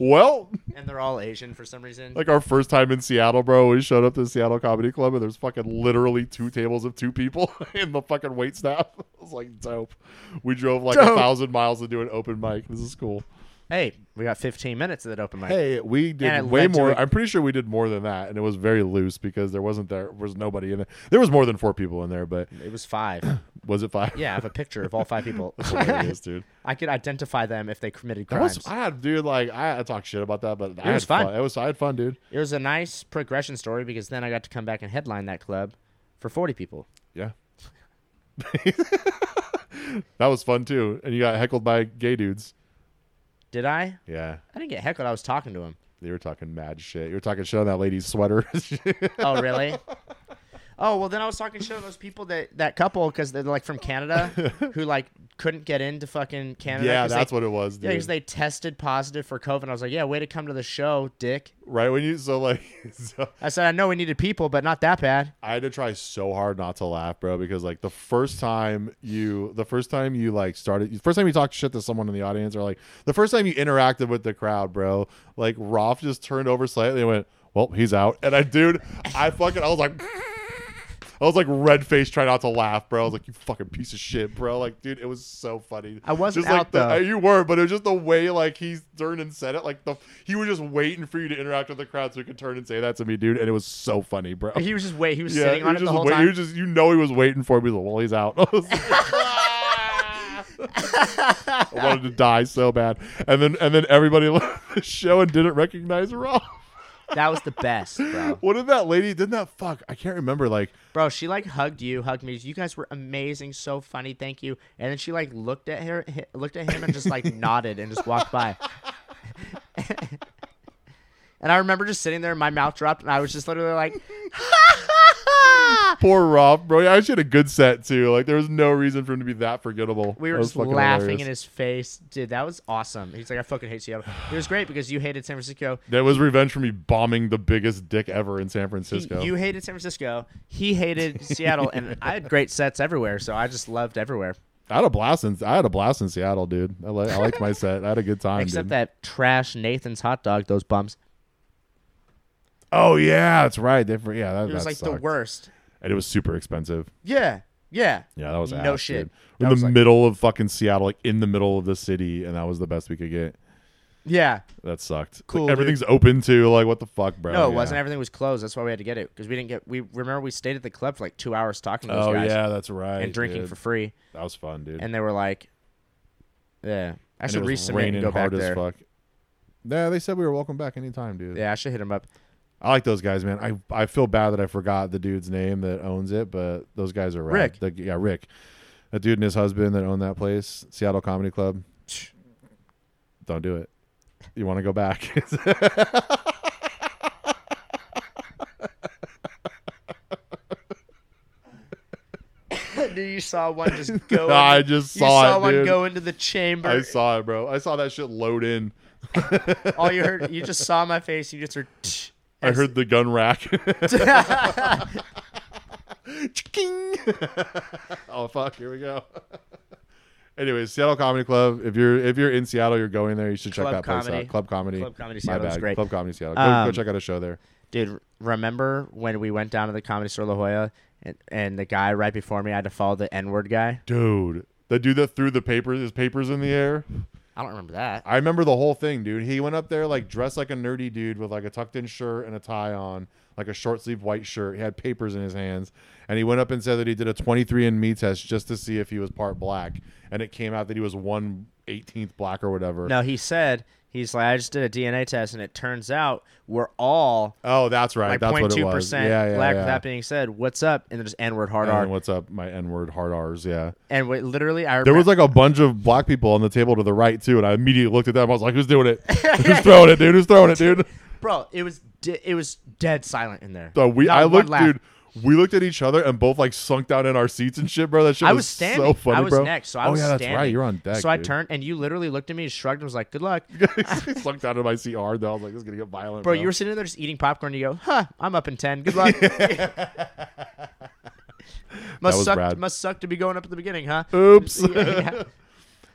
Speaker 2: Well,
Speaker 1: And they're all Asian for some reason.
Speaker 2: like our first time in Seattle, bro, we showed up to the Seattle Comedy Club and there's fucking literally two tables of two people in the fucking wait staff. It was like dope. We drove like a
Speaker 1: Dope.
Speaker 2: thousand miles to do an open mic. This is cool.
Speaker 1: hey, we got 15 minutes of that open mic.
Speaker 2: Hey, we
Speaker 1: And it
Speaker 2: did way
Speaker 1: led to
Speaker 2: more.
Speaker 1: a-
Speaker 2: I'm pretty sure we did more than that, and it was very loose because there wasn't there was nobody in there. There was more than four people in there, but
Speaker 1: It was five.
Speaker 2: was it five?
Speaker 1: yeah, I have a picture of all five people.
Speaker 2: That's hilarious, dude.
Speaker 1: I could identify them if they committed
Speaker 2: That
Speaker 1: crimes.
Speaker 2: was, I had, dude, like I, I talked shit about that, but I
Speaker 1: was
Speaker 2: had fun.
Speaker 1: fun.
Speaker 2: It was I had fun, dude.
Speaker 1: It was a nice progression story because then I got to come back and headline that club for 40 people.
Speaker 2: Yeah, that was fun too. And you got heckled by gay dudes.
Speaker 1: Did I?
Speaker 2: Yeah,
Speaker 1: I didn't get heckled. I was talking to him.
Speaker 2: they were talking mad shit. You were talking shit on that lady's sweater.
Speaker 1: Oh, really? oh, well, then I was talking shit on those people that that couple because they're like from Canada who like couldn't get into fucking Canada.
Speaker 2: yeah,
Speaker 1: 'cause
Speaker 2: that's
Speaker 1: they,
Speaker 2: what it was, dude.
Speaker 1: Yeah, because they tested positive for COVID. I was like, yeah, way to come to the show, dick.
Speaker 2: right when you so like, so-
Speaker 1: I said, I know we needed people, but not that bad.
Speaker 2: I had to try so hard not to laugh, bro, because like the first time you, the first time you like started, the first time you talked shit to someone in the audience, or like the first time you interacted with the crowd, bro, like Rolf just turned over slightly and went, "Well, he's out," and I, dude, I fucking, I was like, I I was like red faced, trying not to laugh, bro. I was like, you fucking piece of shit, bro. Like, dude, it was so funny.
Speaker 1: I wasn't
Speaker 2: just like
Speaker 1: out,
Speaker 2: the,
Speaker 1: though.
Speaker 2: You were, but it was just the way like he turned and said it. Like the he was just waiting for you to interact with the crowd so he could turn and say that to me, dude. And it was so funny, bro.
Speaker 1: He was just wait. He was
Speaker 2: yeah,
Speaker 1: sitting
Speaker 2: he
Speaker 1: on
Speaker 2: was
Speaker 1: it the
Speaker 2: just
Speaker 1: whole
Speaker 2: wait- he
Speaker 1: time.
Speaker 2: was just you know he was waiting for me. He was like, well, he's out. I was like, I wanted to die so bad. And then and then everybody left the show and didn't recognize Rob.
Speaker 1: that was the best, bro.
Speaker 2: What did that lady didn't that fuck? I can't remember like
Speaker 1: Bro, she like hugged you, hugged me. You guys were amazing, so funny. Thank you. And then she like looked at her, hi- looked at him, and just like nodded and just walked by. and I remember just sitting there, my mouth dropped, and I was just literally like, Ah.
Speaker 2: poor Rob, bro. I actually had a good set too. Like there was no reason for him to be that forgettable.
Speaker 1: we were
Speaker 2: That was
Speaker 1: just
Speaker 2: fucking
Speaker 1: laughing
Speaker 2: hilarious.
Speaker 1: in his face, dude. That was awesome. He's like, I fucking hate Seattle. It was great because you hated San Francisco.
Speaker 2: That was revenge for me bombing the biggest dick ever in San
Speaker 1: He-
Speaker 2: Francisco.
Speaker 1: you hated San Francisco. He hated Seattle, and I had great sets everywhere, so I just loved everywhere.
Speaker 2: I had a blast in I had a blast in Seattle, dude. I, li- I liked my set. I had a good time.
Speaker 1: Except
Speaker 2: dude.
Speaker 1: that trash Nathan's hot dog, those bums.
Speaker 2: Oh yeah, that's right. They, yeah, that,
Speaker 1: It was
Speaker 2: that
Speaker 1: like the
Speaker 2: sucked.
Speaker 1: worst.
Speaker 2: and it was super expensive.
Speaker 1: Yeah, yeah.
Speaker 2: Yeah, that was
Speaker 1: No
Speaker 2: ass,
Speaker 1: shit.
Speaker 2: dude.
Speaker 1: That
Speaker 2: In
Speaker 1: was
Speaker 2: the
Speaker 1: like-
Speaker 2: middle of fucking Seattle, like in the middle of the city, and that was the best we could get.
Speaker 1: Yeah.
Speaker 2: That sucked. Like,
Speaker 1: Cool, dude.
Speaker 2: everything's open too. Like what the fuck, bro?
Speaker 1: No, it
Speaker 2: Yeah.
Speaker 1: wasn't. Everything was closed. That's why we had to get it because we didn't get. We remember we stayed at the club for like two hours talking to those
Speaker 2: Oh
Speaker 1: guys
Speaker 2: yeah, that's right.
Speaker 1: and drinking
Speaker 2: dude.
Speaker 1: for free,
Speaker 2: that was fun, dude.
Speaker 1: and they were like, "Yeah, I
Speaker 2: And
Speaker 1: should
Speaker 2: it was
Speaker 1: resubmit and
Speaker 2: raining
Speaker 1: go back
Speaker 2: hard as
Speaker 1: there."
Speaker 2: fuck. Yeah, they said we were welcome back anytime, dude.
Speaker 1: Yeah, I should hit him up.
Speaker 2: I like those guys, man. I, I feel bad that I forgot the dude's name that owns it, but those guys are rad.
Speaker 1: Rick.
Speaker 2: The- yeah, Rick. That dude and his husband that own that place, Seattle Comedy Club. Don't do it. You want to go back?
Speaker 1: Dude, you saw one just go.
Speaker 2: Nah, I
Speaker 1: in-
Speaker 2: just
Speaker 1: you
Speaker 2: saw
Speaker 1: saw
Speaker 2: it,
Speaker 1: one
Speaker 2: dude.
Speaker 1: go into the chamber.
Speaker 2: I saw it, bro. I saw that shit load in.
Speaker 1: All you heard, you just saw my face. You just heard. "Tch."
Speaker 2: I
Speaker 1: As-
Speaker 2: heard the gun rack. oh fuck! Here we go. Anyways, Seattle Comedy Club. If you're if you're in Seattle, you're going there. You should check
Speaker 1: Club
Speaker 2: that place
Speaker 1: Comedy.
Speaker 2: out. Club Comedy.
Speaker 1: Club Comedy
Speaker 2: My
Speaker 1: Seattle is
Speaker 2: bad.
Speaker 1: great.
Speaker 2: Club Comedy Seattle. Go, go
Speaker 1: Um,
Speaker 2: check out a show there.
Speaker 1: Dude, remember when we went down to the Comedy Store La Jolla, and, and the guy right before me, I had to follow the N word guy.
Speaker 2: Dude, the dude that threw the papers, his papers in the air.
Speaker 1: I don't remember that.
Speaker 2: I remember the whole thing, dude. He went up there like dressed like a nerdy dude with like a tucked in shirt and a tie on, like a short sleeve white shirt. He had papers in his hands, and he went up and said that he did a 23andMe test just to see if he was part black, and it came out that he was one 18th black or whatever.
Speaker 1: No, he said he's like I just did a DNA test and it turns out we're all
Speaker 2: Oh, that's right.
Speaker 1: like
Speaker 2: that's
Speaker 1: point
Speaker 2: what it
Speaker 1: two
Speaker 2: was.
Speaker 1: percent
Speaker 2: yeah, yeah,
Speaker 1: black.
Speaker 2: yeah.
Speaker 1: That being said, what's up? And then just N word hard
Speaker 2: And
Speaker 1: R.
Speaker 2: then what's up, my N word hard R's? Yeah,
Speaker 1: And wait, literally, I
Speaker 2: there
Speaker 1: remem-
Speaker 2: was like a bunch of black people on the table to the right too, and I immediately looked at them. I was like, "Who's doing it? Who's throwing it, dude? Who's throwing it, dude?"
Speaker 1: bro, it was de- it was dead silent in there.
Speaker 2: So we,
Speaker 1: Not
Speaker 2: I
Speaker 1: one
Speaker 2: looked,
Speaker 1: laugh.
Speaker 2: dude. We looked at each other and both like sunk down in our seats and shit, bro. That shit
Speaker 1: I
Speaker 2: was,
Speaker 1: was standing.
Speaker 2: so funny,
Speaker 1: I was
Speaker 2: bro.
Speaker 1: next, so I
Speaker 2: oh
Speaker 1: was
Speaker 2: yeah, that's right.
Speaker 1: standing.
Speaker 2: You're on deck.
Speaker 1: So I
Speaker 2: dude.
Speaker 1: turned, and you literally looked at me, shrugged, and was like, "Good luck."
Speaker 2: I sunk down in my seat hard. Though I was like, "This is gonna get violent,
Speaker 1: Bro, you were sitting there just eating popcorn. And you go, huh? I'm up in ten. Good luck. must
Speaker 2: was
Speaker 1: suck.
Speaker 2: rad.
Speaker 1: Must suck to be going up at the beginning, huh?
Speaker 2: Oops.
Speaker 1: Yeah.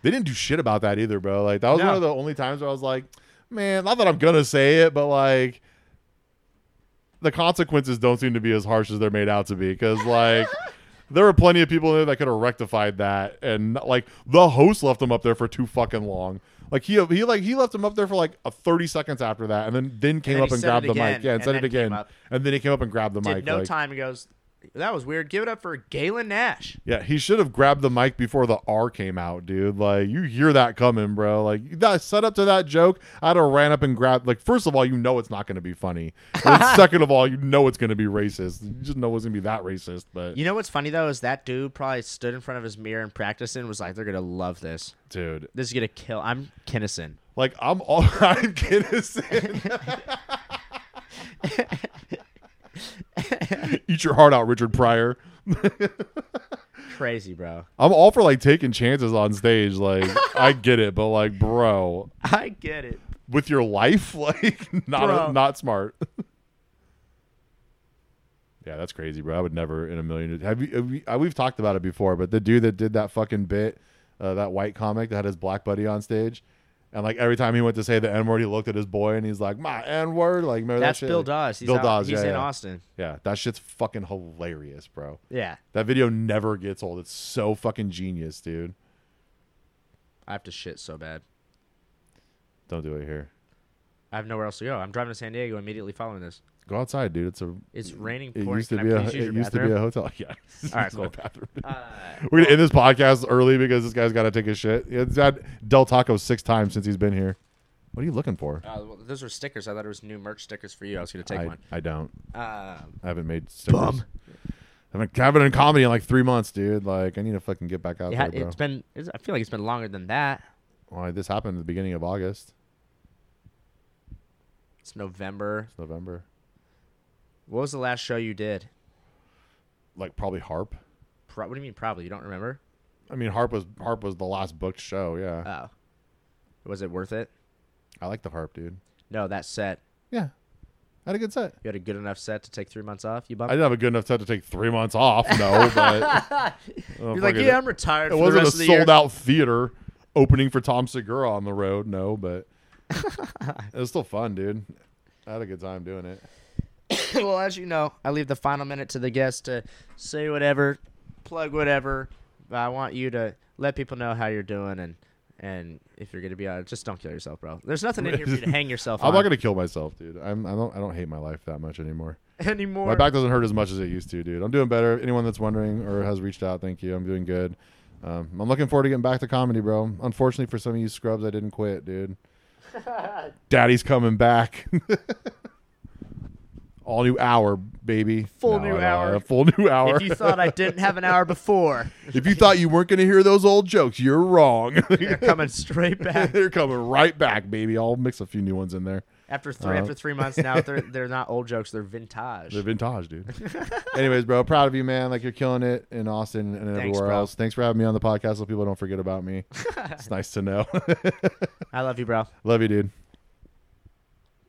Speaker 2: They didn't do shit about that either, bro. Like that was
Speaker 1: No.
Speaker 2: one of the only times where I was like, man, not that I'm gonna say it, but like the consequences don't seem to be as harsh as they're made out to be. Cause like there were plenty of people in there that could have rectified that. And like the host left him up there for too fucking long. Like he he like he left him up there for like a thirty seconds after that and then then came
Speaker 1: then
Speaker 2: up
Speaker 1: he
Speaker 2: and
Speaker 1: said
Speaker 2: grabbed
Speaker 1: it
Speaker 2: the mic.
Speaker 1: again,
Speaker 2: Yeah, and,
Speaker 1: and
Speaker 2: said it
Speaker 1: then came
Speaker 2: again.
Speaker 1: up.
Speaker 2: And then he came up and grabbed the
Speaker 1: Did
Speaker 2: mic.
Speaker 1: no
Speaker 2: like,
Speaker 1: time. He goes, that was weird. Give it up for Galen Nash.
Speaker 2: Yeah, he should have grabbed the mic before the R came out, dude. Like you hear that coming, bro. Like that set up to that joke, I'd have ran up and grabbed. Like first of all, you know it's not going to be funny. And second of all, you know it's going to be racist. You just know it's going to be that racist. But
Speaker 1: You know what's funny though is that dude probably stood in front of his mirror and practiced and was like, "They're gonna love this.
Speaker 2: dude,
Speaker 1: This is gonna kill." I'm Kinnison.
Speaker 2: like I'm all I'm innocent. Eat your heart out, Richard Pryor.
Speaker 1: Crazy, bro.
Speaker 2: I'm all for like taking chances on stage. Like I get it, but like, bro,
Speaker 1: I get it.
Speaker 2: with your life like not
Speaker 1: Bro.
Speaker 2: not smart yeah that's crazy bro i would never in a million have you, have you uh, we've talked about it before but the dude that did that fucking bit uh, that white comic that had his black buddy on stage And like every time he went to say the N word, he looked at his boy and he's like, "My N word." Like remember
Speaker 1: That's
Speaker 2: that shit?
Speaker 1: Bill
Speaker 2: Like,
Speaker 1: Dawes. He's
Speaker 2: Bill
Speaker 1: out-
Speaker 2: Dawes,
Speaker 1: He's
Speaker 2: yeah,
Speaker 1: in
Speaker 2: yeah.
Speaker 1: Austin.
Speaker 2: Yeah, that shit's fucking hilarious, bro.
Speaker 1: Yeah.
Speaker 2: That video never gets old. It's so fucking genius, dude.
Speaker 1: I have to shit so bad.
Speaker 2: Don't do it here.
Speaker 1: I have nowhere else to go. I'm driving to San Diego immediately following this.
Speaker 2: Go outside, dude. It's a.
Speaker 1: It's raining
Speaker 2: It
Speaker 1: pouring.
Speaker 2: used to
Speaker 1: Can
Speaker 2: be
Speaker 1: I
Speaker 2: a.
Speaker 1: please use
Speaker 2: It
Speaker 1: your
Speaker 2: used to be
Speaker 1: bathroom?
Speaker 2: a hotel. Yeah. All
Speaker 1: right, cool. Uh,
Speaker 2: We're gonna end this podcast early because this guy's got to take his shit. It's had Del Taco six times since he's been here. What are you looking for?
Speaker 1: Uh, well, those are stickers. I thought it was new merch stickers for you. I was gonna take
Speaker 2: I,
Speaker 1: one.
Speaker 2: I don't.
Speaker 1: Um,
Speaker 2: I haven't made stickers. I haven't, I haven't been in comedy in like three months, dude. Like I need to fucking get back out
Speaker 1: yeah,
Speaker 2: there, bro.
Speaker 1: it's been. It's, I feel like it's been longer than that.
Speaker 2: Why this happened at the beginning of August,
Speaker 1: It's November.
Speaker 2: November.
Speaker 1: What was the last show you did?
Speaker 2: Like probably Harp.
Speaker 1: Pro- what do you mean? Probably you don't remember?
Speaker 2: I mean Harp was Harp was the last booked show. Yeah,
Speaker 1: Oh, was it worth it?
Speaker 2: I like the Harp, dude.
Speaker 1: No, that set.
Speaker 2: Yeah, I had a good set.
Speaker 1: You had a good enough set to take three months off. You
Speaker 2: I
Speaker 1: bumped.
Speaker 2: didn't have a good enough set to take three months off. No, but Oh,
Speaker 1: You're like,
Speaker 2: fucking-
Speaker 1: yeah, I'm retired.
Speaker 2: it
Speaker 1: for the
Speaker 2: wasn't a
Speaker 1: rest of the year."
Speaker 2: sold out theater opening for Tom Segura on the road. No, but it was still fun, dude. I had a good time doing it.
Speaker 1: well, as you know, I leave the final minute to the guest to say whatever, plug whatever. But I want you to let people know how you're doing and and if you're gonna be on, just don't kill yourself, bro. There's nothing in here for you to hang yourself
Speaker 2: I'm
Speaker 1: on
Speaker 2: not gonna kill myself, dude. I'm I don't I don't hate my life that much anymore.
Speaker 1: anymore.
Speaker 2: My back doesn't hurt as much as it used to, dude. I'm doing better. Anyone that's wondering or has reached out, thank you. I'm doing good. Um, I'm looking forward to getting back to comedy, bro. Unfortunately for some of you scrubs, I didn't quit, dude. Daddy's coming back. All new hour, baby.
Speaker 1: Full new
Speaker 2: I don't
Speaker 1: hour.
Speaker 2: know. Full new hour.
Speaker 1: If you thought I didn't have an hour before,
Speaker 2: If you thought you weren't going to hear those old jokes, you're wrong.
Speaker 1: they're coming straight back
Speaker 2: They're coming right back, baby. I'll mix a few new ones in there.
Speaker 1: after 3 after three months. Now they're they're not old jokes; they're vintage.
Speaker 2: Uh-huh. They're vintage, dude. Anyways, bro, proud of you, man. Like you're killing it in Austin and everywhere
Speaker 1: bro.
Speaker 2: else. Thanks for having me on the podcast so people don't forget about me. it's nice to know.
Speaker 1: I love you, bro.
Speaker 2: Love you, dude.